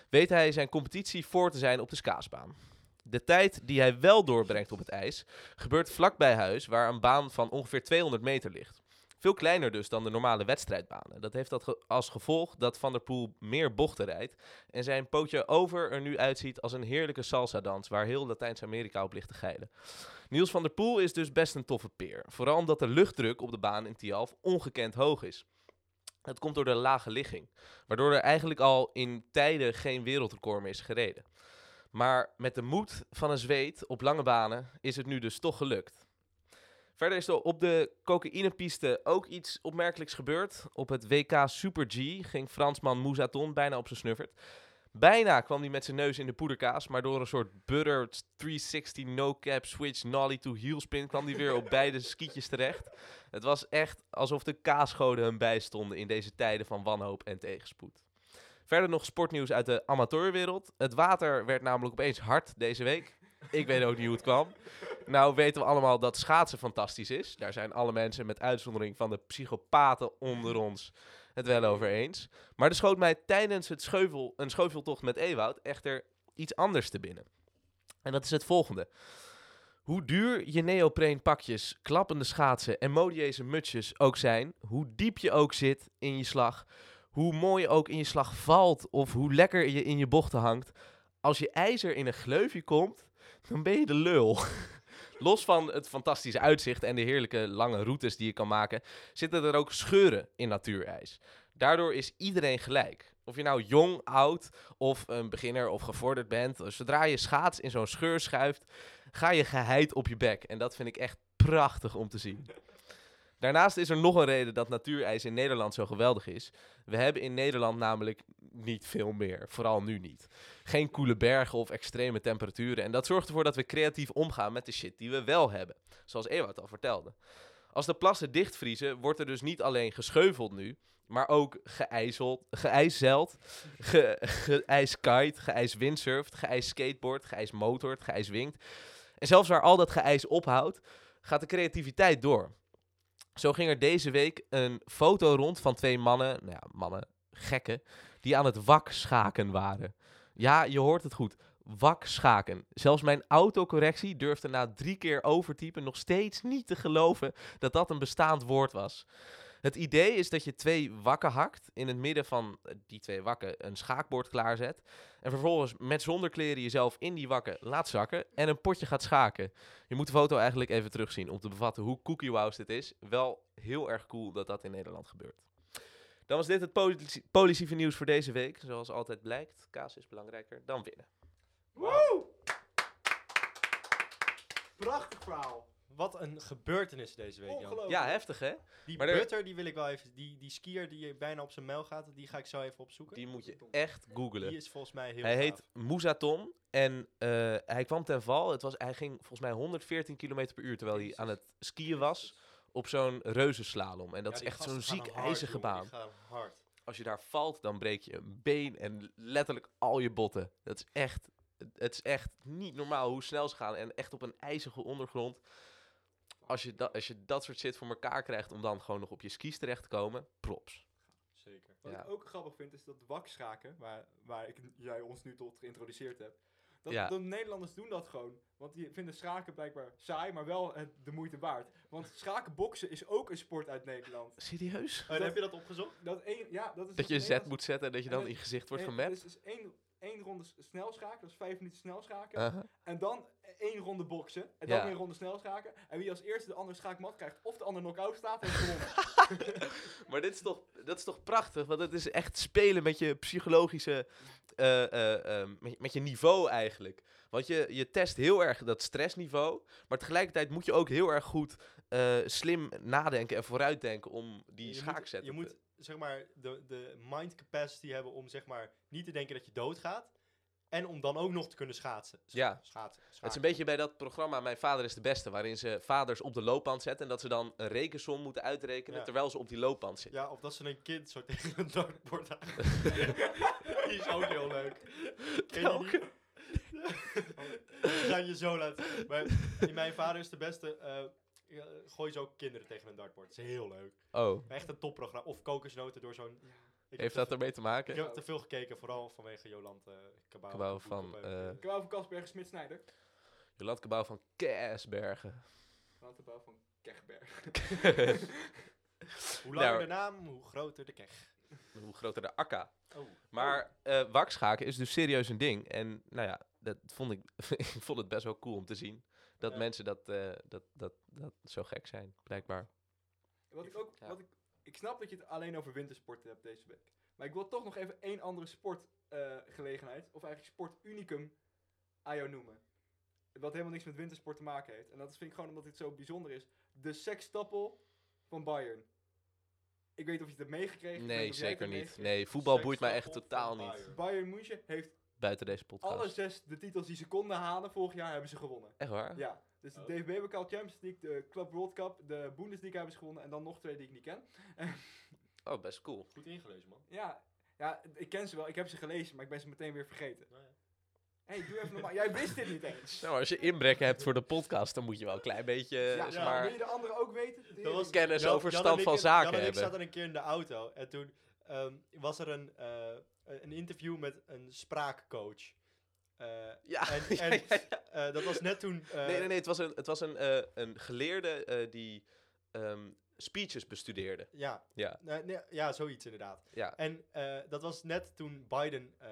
S7: weet hij zijn competitie voor te zijn op de skaasbaan. De tijd die hij wel doorbrengt op het ijs gebeurt vlakbij huis, waar een baan van ongeveer 200 meter ligt. Veel kleiner dus dan de normale wedstrijdbanen. Dat heeft dat ge- als gevolg dat Van der Poel meer bochten rijdt en zijn pootje over er nu uitziet als een heerlijke salsa-dans waar heel Latijns-Amerika op ligt te geilen. Niels van der Poel is dus best een toffe peer. Vooral omdat de luchtdruk op de baan in Tialf ongekend hoog is. Dat komt door de lage ligging, waardoor er eigenlijk al in tijden geen wereldrecord meer is gereden. Maar met de moed van een zweet op lange banen is het nu dus toch gelukt. Verder is er op de cocaïnepiste ook iets opmerkelijks gebeurd. Op het WK Super G ging Fransman Mousaton bijna op zijn snuffert. Bijna kwam hij met zijn neus in de poederkaas, maar door een soort butter 360 no-cap switch nollie to heel spin kwam hij weer op beide skietjes terecht. Het was echt alsof de kaasgoden hem bijstonden in deze tijden van wanhoop en tegenspoed. Verder nog sportnieuws uit de amateurwereld. Het water werd namelijk opeens hard deze week. Ik weet ook niet hoe het kwam. Nou weten we allemaal dat schaatsen fantastisch is. Daar zijn alle mensen met uitzondering van de psychopaten onder ons het wel over eens. Maar er schoot mij tijdens het scheuvel, een scheuveltocht met Ewoud echter iets anders te binnen. En dat is het volgende. Hoe duur je neopreenpakjes, klappende schaatsen en modieuze mutsjes ook zijn, hoe diep je ook zit in je slag, hoe mooi je ook in je slag valt of hoe lekker je in je bochten hangt, als je ijzer in een gleufje komt, dan ben je de lul. Los van het fantastische uitzicht en de heerlijke lange routes die je kan maken, zitten er ook scheuren in natuurijs. Daardoor is iedereen gelijk. Of je nou jong, oud of een beginner of gevorderd bent, eh, zodra je schaats in zo'n scheur schuift, ga je geheid op je bek. En dat vind ik echt prachtig om te zien. Daarnaast is er nog een reden dat natuurijs in Nederland zo geweldig is. We hebben in Nederland namelijk niet veel meer, vooral nu niet. Geen koele bergen of extreme temperaturen. En dat zorgt ervoor dat we creatief omgaan met de shit die we wel hebben. Zoals Ewout al vertelde. Als de plassen dichtvriezen, wordt er dus niet alleen gescheuveld nu, maar ook geijzeld, geijzeld, ge, geijskite, geijswindsurft, geijsskateboard, geijsmotord, geijswinkt. En zelfs waar al dat geijs ophoudt, gaat de creativiteit door. Zo ging er deze week een foto rond van twee mannen, nou ja, mannen, gekken, die aan het wakschaken waren. Ja, je hoort het goed. Wakschaken. Zelfs mijn autocorrectie durfde na drie keer overtypen nog steeds niet te geloven dat dat een bestaand woord was. Het idee is dat je twee wakken hakt, in het midden van eh, die twee wakken een schaakbord klaarzet en vervolgens met zonder kleren jezelf in die wakken laat zakken en een potje gaat schaken. Je moet de foto eigenlijk even terugzien om te bevatten hoe cookie wows dit is. Wel heel erg cool dat dat in Nederland gebeurt. Dan was dit het politie- politieve nieuws voor deze week. Zoals altijd blijkt, kaas is belangrijker dan winnen.
S6: Prachtig verhaal.
S1: Wat een gebeurtenis deze week, Jan.
S6: Ongelooflijk.
S7: Ja, heftig hè?
S1: Die
S7: Maar er-
S1: butter, die wil ik wel even... Die, die skier die bijna op zijn mijl gaat, die ga ik zo even opzoeken.
S7: Die moet je echt
S1: Die
S7: googlen.
S1: is volgens mij heel
S7: Hij
S1: gaaf.
S7: heet Mousaton en eh, hij kwam ten val. Het was, hij ging volgens mij 114 km per uur terwijl hij aan het skiën was op zo'n reuzenslalom. En dat
S1: Ja,
S7: is
S1: die
S7: echt zo'n
S1: gasten gaan
S7: ziek
S1: hard,
S7: ijzige
S1: jongen,
S7: baan.
S1: die gaan hard.
S7: als je daar valt, dan breek je een been en letterlijk al je botten. Dat is echt, het is echt niet normaal hoe snel ze gaan. En echt op een ijzige ondergrond. Als je, da- als je dat soort shit voor elkaar krijgt om dan gewoon nog op je skis terecht te komen, props.
S1: Zeker.
S2: Wat
S7: Ja.
S2: ik ook grappig vind, is dat wakschaken, waar, waar ik, jij ons nu tot geïntroduceerd hebt. Dat,
S7: Ja.
S2: dat Nederlanders doen dat gewoon. Want die vinden schaken blijkbaar saai, maar wel het, de moeite waard. Want schakenboksen is ook een sport uit Nederland.
S7: Serieus?
S2: dan heb
S1: heb je dat opgezocht?
S2: Dat, één, ja, dat, is
S7: Dat je
S2: dus
S7: een zet
S2: Nederlands-
S7: moet zetten en dat je
S2: en
S7: dan
S2: het-
S7: in je gezicht wordt
S2: eh,
S7: vermapt.
S2: Dus is één, één ronde s- snelschaken, dat is vijf minuten snelschaken.
S7: Aha.
S2: En dan één ronde boksen. En dan
S7: Ja.
S2: weer een ronde snelschaken. En wie als eerste de andere schaakmat krijgt of de ander knock-out staat, heeft gewonnen.
S7: Maar dit is toch, dat is toch prachtig? Want het is echt spelen met je psychologische. eh, eh, eh, met, je- met je niveau eigenlijk. Want je, je test heel erg dat stressniveau. Maar tegelijkertijd moet je ook heel erg goed eh, slim nadenken en vooruitdenken om die
S1: Je moet-
S7: schaakzet
S1: Je
S7: te-
S1: moet zeg maar de, de mind capacity hebben om zeg maar niet te denken dat je doodgaat. En om dan ook nog te kunnen schaatsen. Scha-
S7: Ja.
S1: Schaatsen.
S7: Het is een beetje bij dat programma Mijn Vader is de Beste, waarin ze vaders op de loopband zetten en dat ze dan een rekensom moeten uitrekenen
S1: Ja.
S7: terwijl ze op die loopband zitten.
S1: Ja, of dat ze een kind zo tegen een dartbord aan. Die is ook heel leuk. Ken je die? Ik ga je zo laten. zien. Maar in mijn vader is de beste. eh, ja, gooi ze ook kinderen tegen een dartbord. Dat is heel leuk.
S7: Oh,
S1: Echt een topprogramma. Of kokosnoten door zo'n. Ik heb
S7: heeft
S1: te
S7: dat
S1: veel-
S7: ermee te maken?
S1: Ik heb te veel gekeken, vooral vanwege Joland eh Cabau.
S7: Cabau
S1: Goed
S7: van,
S1: op, eh,
S7: eh,
S2: Ik wou van Kasperg, Smit Snijder.
S7: Jolande Cabau van Kersbergen.
S2: Laat de bouw van Kegberg.
S1: Hoe langer
S7: Nou,
S1: de naam, hoe groter de kech.
S7: Hoe groter de akka.
S1: Oh.
S7: Maar eh wakschaken is dus serieus een ding. En nou ja, dat vond ik, ik vond het best wel cool om te zien. Dat
S1: Ja.
S7: mensen dat, eh, dat, dat, dat zo gek zijn, blijkbaar.
S2: Wat ik ook...
S7: Ja.
S2: Wat ik, ik snap dat je het alleen over wintersport hebt deze week. Maar ik wil toch nog even één andere sportgelegenheid, of eigenlijk sportunicum, aan jou noemen. Wat helemaal niks met wintersport te maken heeft. En dat vind ik gewoon omdat dit zo bijzonder is. De sekstappel van Bayern. Ik weet niet of je het hebt meegekregen. ik weet
S7: Nee,
S2: of jij het
S7: zeker
S2: hebt
S7: niet.
S2: meegekregen.
S7: Nee, voetbal
S1: Seks
S7: boeit mij
S1: van
S7: echt
S1: Bob
S7: totaal
S1: van
S7: niet.
S1: Bayern.
S2: Bayern München heeft
S7: Buiten deze
S2: alle
S7: podcast.
S2: zes de titels die ze konden halen vorig jaar hebben ze gewonnen.
S7: Echt waar?
S2: Ja, dus de
S1: Oh.
S2: DFB Cup, Champions League, de Club World Cup, de Bundesliga hebben ze gewonnen en dan nog twee die ik niet ken.
S7: Oh, best cool.
S1: Goed ingelezen, man.
S2: Ja, ja, ik ken ze wel, ik heb ze gelezen, maar ik ben ze meteen weer vergeten.
S1: Nou ja.
S2: Hé, hey, doe even normaal. Jij wist dit niet eens.
S7: Nou, als je inbrekken hebt voor de podcast, dan moet je wel een klein beetje eh,
S2: ja,
S7: zeg
S2: wil
S7: maar,
S2: je de anderen ook weten? Tering.
S1: was-
S7: kennis
S1: Jan-
S7: over
S1: Jan en
S7: stand
S1: ik
S7: van
S1: in-
S7: zaken
S1: Jan en ik
S7: hebben.
S1: zaten een keer in de auto en toen ehm, was er een, eh, een interview met een spraakcoach. Eh,
S7: Ja,
S1: en
S7: ja,
S1: en
S7: ja, ja.
S1: eh, dat was net toen... eh,
S7: Nee, nee, nee. Het was een, het was een, eh, een geleerde eh, die ehm, speeches bestudeerde.
S1: Ja,
S7: Ja.
S1: Nee, nee, ja, zoiets inderdaad.
S7: Ja.
S1: En eh, dat was net toen Biden eh,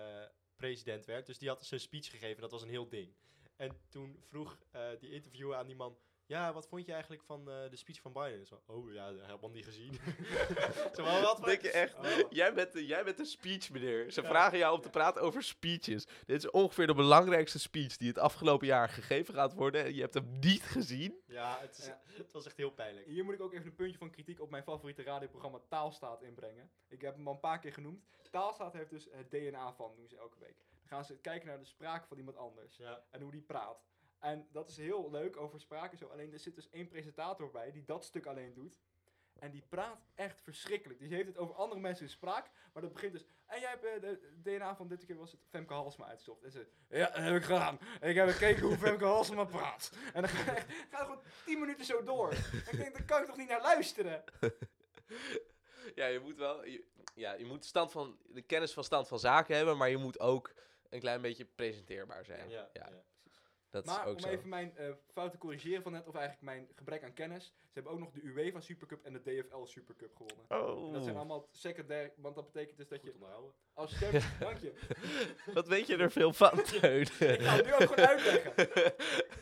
S1: president werd. Dus die had zijn speech gegeven. Dat was een heel ding. En toen vroeg eh, die interviewer aan die man... Ja, wat vond je eigenlijk van eh, de speech van Biden? Zo, oh ja, helemaal niet gezien. Zo, maar wat
S7: Dat denk je echt.
S1: Oh.
S7: Jij, bent de, jij bent de speech, meneer. Ze vragen jou om te praten over speeches. Dit is ongeveer de belangrijkste speech die het afgelopen jaar gegeven gaat worden. En Je hebt hem niet gezien.
S1: Ja, het, is-
S2: Ja.
S1: het was echt heel pijnlijk.
S2: Hier moet ik ook even een puntje van kritiek op mijn favoriete radioprogramma Taalstaat inbrengen. Ik heb hem al een paar keer genoemd. Taalstaat heeft dus het DNA van, doen ze elke week. Dan gaan ze kijken naar de spraak van iemand anders.
S1: Ja.
S2: en hoe die praat. En dat is heel leuk over spraak en zo. Alleen er zit dus één presentator bij die dat stuk alleen doet. En die praat echt verschrikkelijk. Die heeft het over andere mensen in spraak. Maar dat begint dus. En jij hebt eh, de DNA van dit keer was het Femke Halsma uitgezocht. En ze. Ja, dat heb ik gedaan. Ik heb gekeken hoe Femke Halsma praat. En dan ga- gaat het gewoon 10 minuten zo door. En ik denk, daar kan ik toch niet naar luisteren?
S7: Ja, je moet wel. je- ja, je moet stand van, de kennis van stand van zaken hebben. Maar je moet ook een klein beetje presenteerbaar zijn. Ja,
S1: Ja,
S7: dat is
S2: Maar om
S7: ook zo.
S2: even mijn eh, fout te corrigeren van net, of eigenlijk mijn gebrek aan kennis. Ze hebben ook nog de UEFA Supercup en de DFL Supercup gewonnen. En dat zijn
S7: Oh,
S2: allemaal secundair, want dat betekent dus dat
S1: Goed
S2: je
S1: onderhouden.
S2: als champion... Dank je.
S7: wat weet je er veel van, Teun?
S2: Ik ga het nu ook gewoon uitleggen.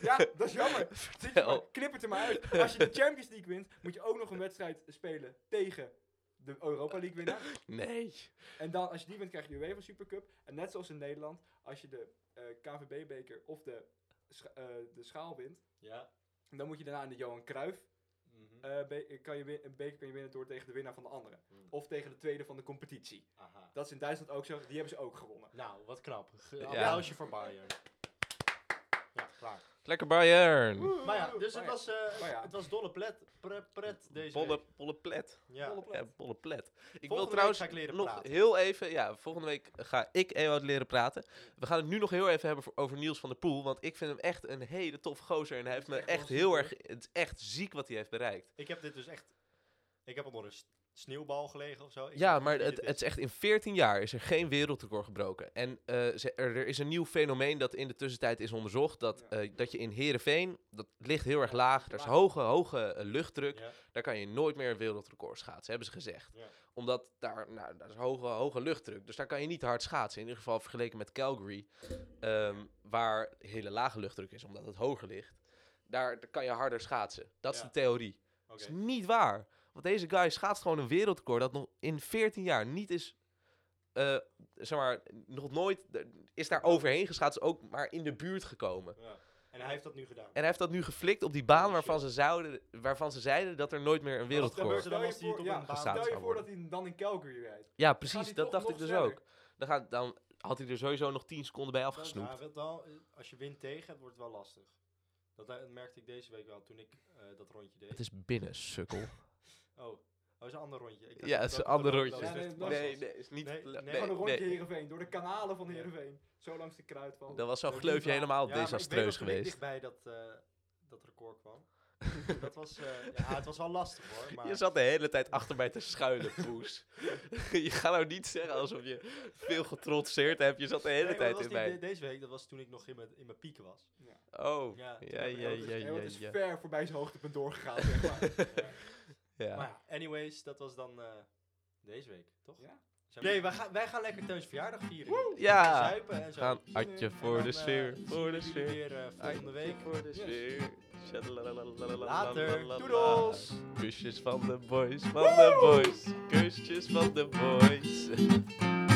S2: Ja, dat is jammer. Ziet je maar,
S7: Vertel.
S2: knip het er maar uit. Als je de Champions League wint, moet je ook nog een wedstrijd spelen tegen de Europa League winnaar.
S7: Nee.
S2: En dan, als je die wint, krijg je de UEFA Supercup. En net zoals in Nederland, als je de eh, KVB-beker of de, scha- eh, de schaal wint,
S1: Ja.
S2: dan moet je daarna in de Johan Cruijff
S1: Mhm.
S2: eh, be- kan je win- een beker kan je winnen door tegen de winnaar van de andere.
S1: Mm.
S2: Of tegen de tweede van de competitie.
S1: Aha.
S2: Dat is in Duitsland ook zo. Die hebben ze ook gewonnen.
S1: Nou, wat knap. Ge-
S7: Ja.
S1: Applausje voor Bayern. Ja, klaar.
S7: Lekker Bayern.
S1: Maar ja, dus het
S2: Maar ja,
S1: was, eh
S2: maar ja.
S1: het was dolle pret, pre- pret deze
S7: Bolle,
S1: week.
S7: bolle plet.
S1: Ja.
S2: Volle plat.
S7: Ja, bolle plet. Ik wil
S1: Volgende
S7: trouwens
S1: week ga ik leren
S7: nog
S1: praten.
S7: heel even... Ja, volgende week ga ik Ewout leren praten. We gaan het nu nog heel even hebben voor- over Niels van der Poel. Want ik vind hem echt een hele tof gozer. En hij heeft me
S1: echt wel
S7: echt
S1: ziek,
S7: heel
S1: hoor.
S7: erg... Het is echt ziek wat hij heeft bereikt.
S1: Ik heb dit dus echt... Ik heb al nog een st- sneeuwbal gelegen of zo. Ik
S7: Ja,
S1: weet
S7: maar
S1: niet wie
S7: het,
S1: dit
S7: het is echt in 14 jaar is er geen wereldrecord gebroken. En eh, ze- er, er is een nieuw fenomeen dat in de tussentijd is onderzocht. Dat, eh, dat je in Heerenveen, dat ligt heel erg laag, er is hoge, hoge eh, luchtdruk.
S1: Ja.
S7: Daar kan je nooit meer wereldrecord schaatsen, hebben ze gezegd.
S1: Ja.
S7: Omdat daar, nou, daar is hoge, hoge luchtdruk. Dus daar kan je niet hard schaatsen. In ieder geval vergeleken met Calgary, ehm, waar hele lage luchtdruk is, omdat het hoger ligt. Daar, daar kan je harder schaatsen. Dat is
S1: Ja.
S7: de theorie.
S1: Oké.
S7: Dat is niet waar. Want deze guy schaatst gewoon een wereldrecord dat nog in 14 jaar niet is... eh, zeg maar, nog nooit d- is daar overheen geschaatst, ook maar in de buurt gekomen.
S1: Ja. En hij heeft dat nu gedaan.
S7: En hij heeft dat nu geflikt op die baan
S1: Holy
S7: waarvan ze, zouden, waarvan ze zeiden dat er nooit meer een wereldrecord...
S1: gebeurt er dan als hij het op
S2: ja,
S1: een baan
S2: stel
S7: zou
S2: je voor
S7: worden?
S2: dat hij dan in Calgary rijdt.
S7: Ja,
S2: Gaat
S7: precies,
S2: hij
S7: dat
S2: toch
S7: dacht
S2: nog
S7: ik dus
S2: sneller?
S7: ook. Dan, gaat, dan had hij er sowieso nog 10 seconden bij
S1: Ja,
S7: afgesnoept.
S1: nou, wel, eh, als je wind tegen hebt, wordt het wel lastig. Dat, dat merkte ik deze week wel toen ik eh, dat rondje deed.
S7: Het is binnen, sukkel.
S1: Oh, oh, dat is een ander rondje. Ik dacht
S7: ja,
S1: dat
S7: het is een
S1: dat-
S7: ander
S1: dat-
S7: rondje.
S1: dat-
S2: Ja,
S1: dat-
S2: nee,
S1: dat-
S7: nee, nee, is niet...
S1: Nee, nee,
S2: Gewoon een rondje
S7: nee.
S2: Heerenveen, door de kanalen van
S1: Ja.
S2: Heerenveen. Zo langs de kruidval.
S7: Dat was zo'n
S1: dat-
S7: gleufje
S1: dat-
S7: helemaal
S1: Ja, maar ik weet
S7: desastreus
S1: nog toen ik
S7: geweest.
S1: dichtbij dat, eh, dat record kwam. dat was, eh, ja, het was wel lastig hoor. Maar
S7: Je zat de hele tijd achter mij te schuilen, poes. je gaat nou niet zeggen alsof je veel getrotseerd hebt. Je zat de hele
S1: Nee, maar dat
S7: tijd
S1: was
S7: in
S1: niet
S7: mij.
S1: de- deze week, dat was toen ik nog in mijn, in mijn pieken was.
S7: Oh,
S1: Ja,
S7: ja,
S1: toen
S7: ja,
S1: heb ik
S7: ja,
S1: ook
S7: ja,
S2: Ja,
S7: ja.
S2: het is ver voorbij zijn hoogtepunt doorgegaan, zeg maar.
S7: Ja.
S1: Maar ja, anyways, dat was dan eh, deze week, toch?
S2: Ja.
S1: Zijn we- Nee, wij gaan, wij gaan lekker Teuns verjaardag vieren.
S7: Ja.
S1: Zuipen en
S7: We
S1: zo.
S7: gaan Adje voor
S1: Dan,
S7: de
S1: eh,
S7: sfeer,
S1: zien
S7: voor de
S1: jullie
S7: sfeer.
S1: weer eh, volgende week.
S7: voor de sfeer. Shadalalalalala.
S1: Later. Doedels.
S7: Kusjes van de boys, van de boys. Kusjes van de boys.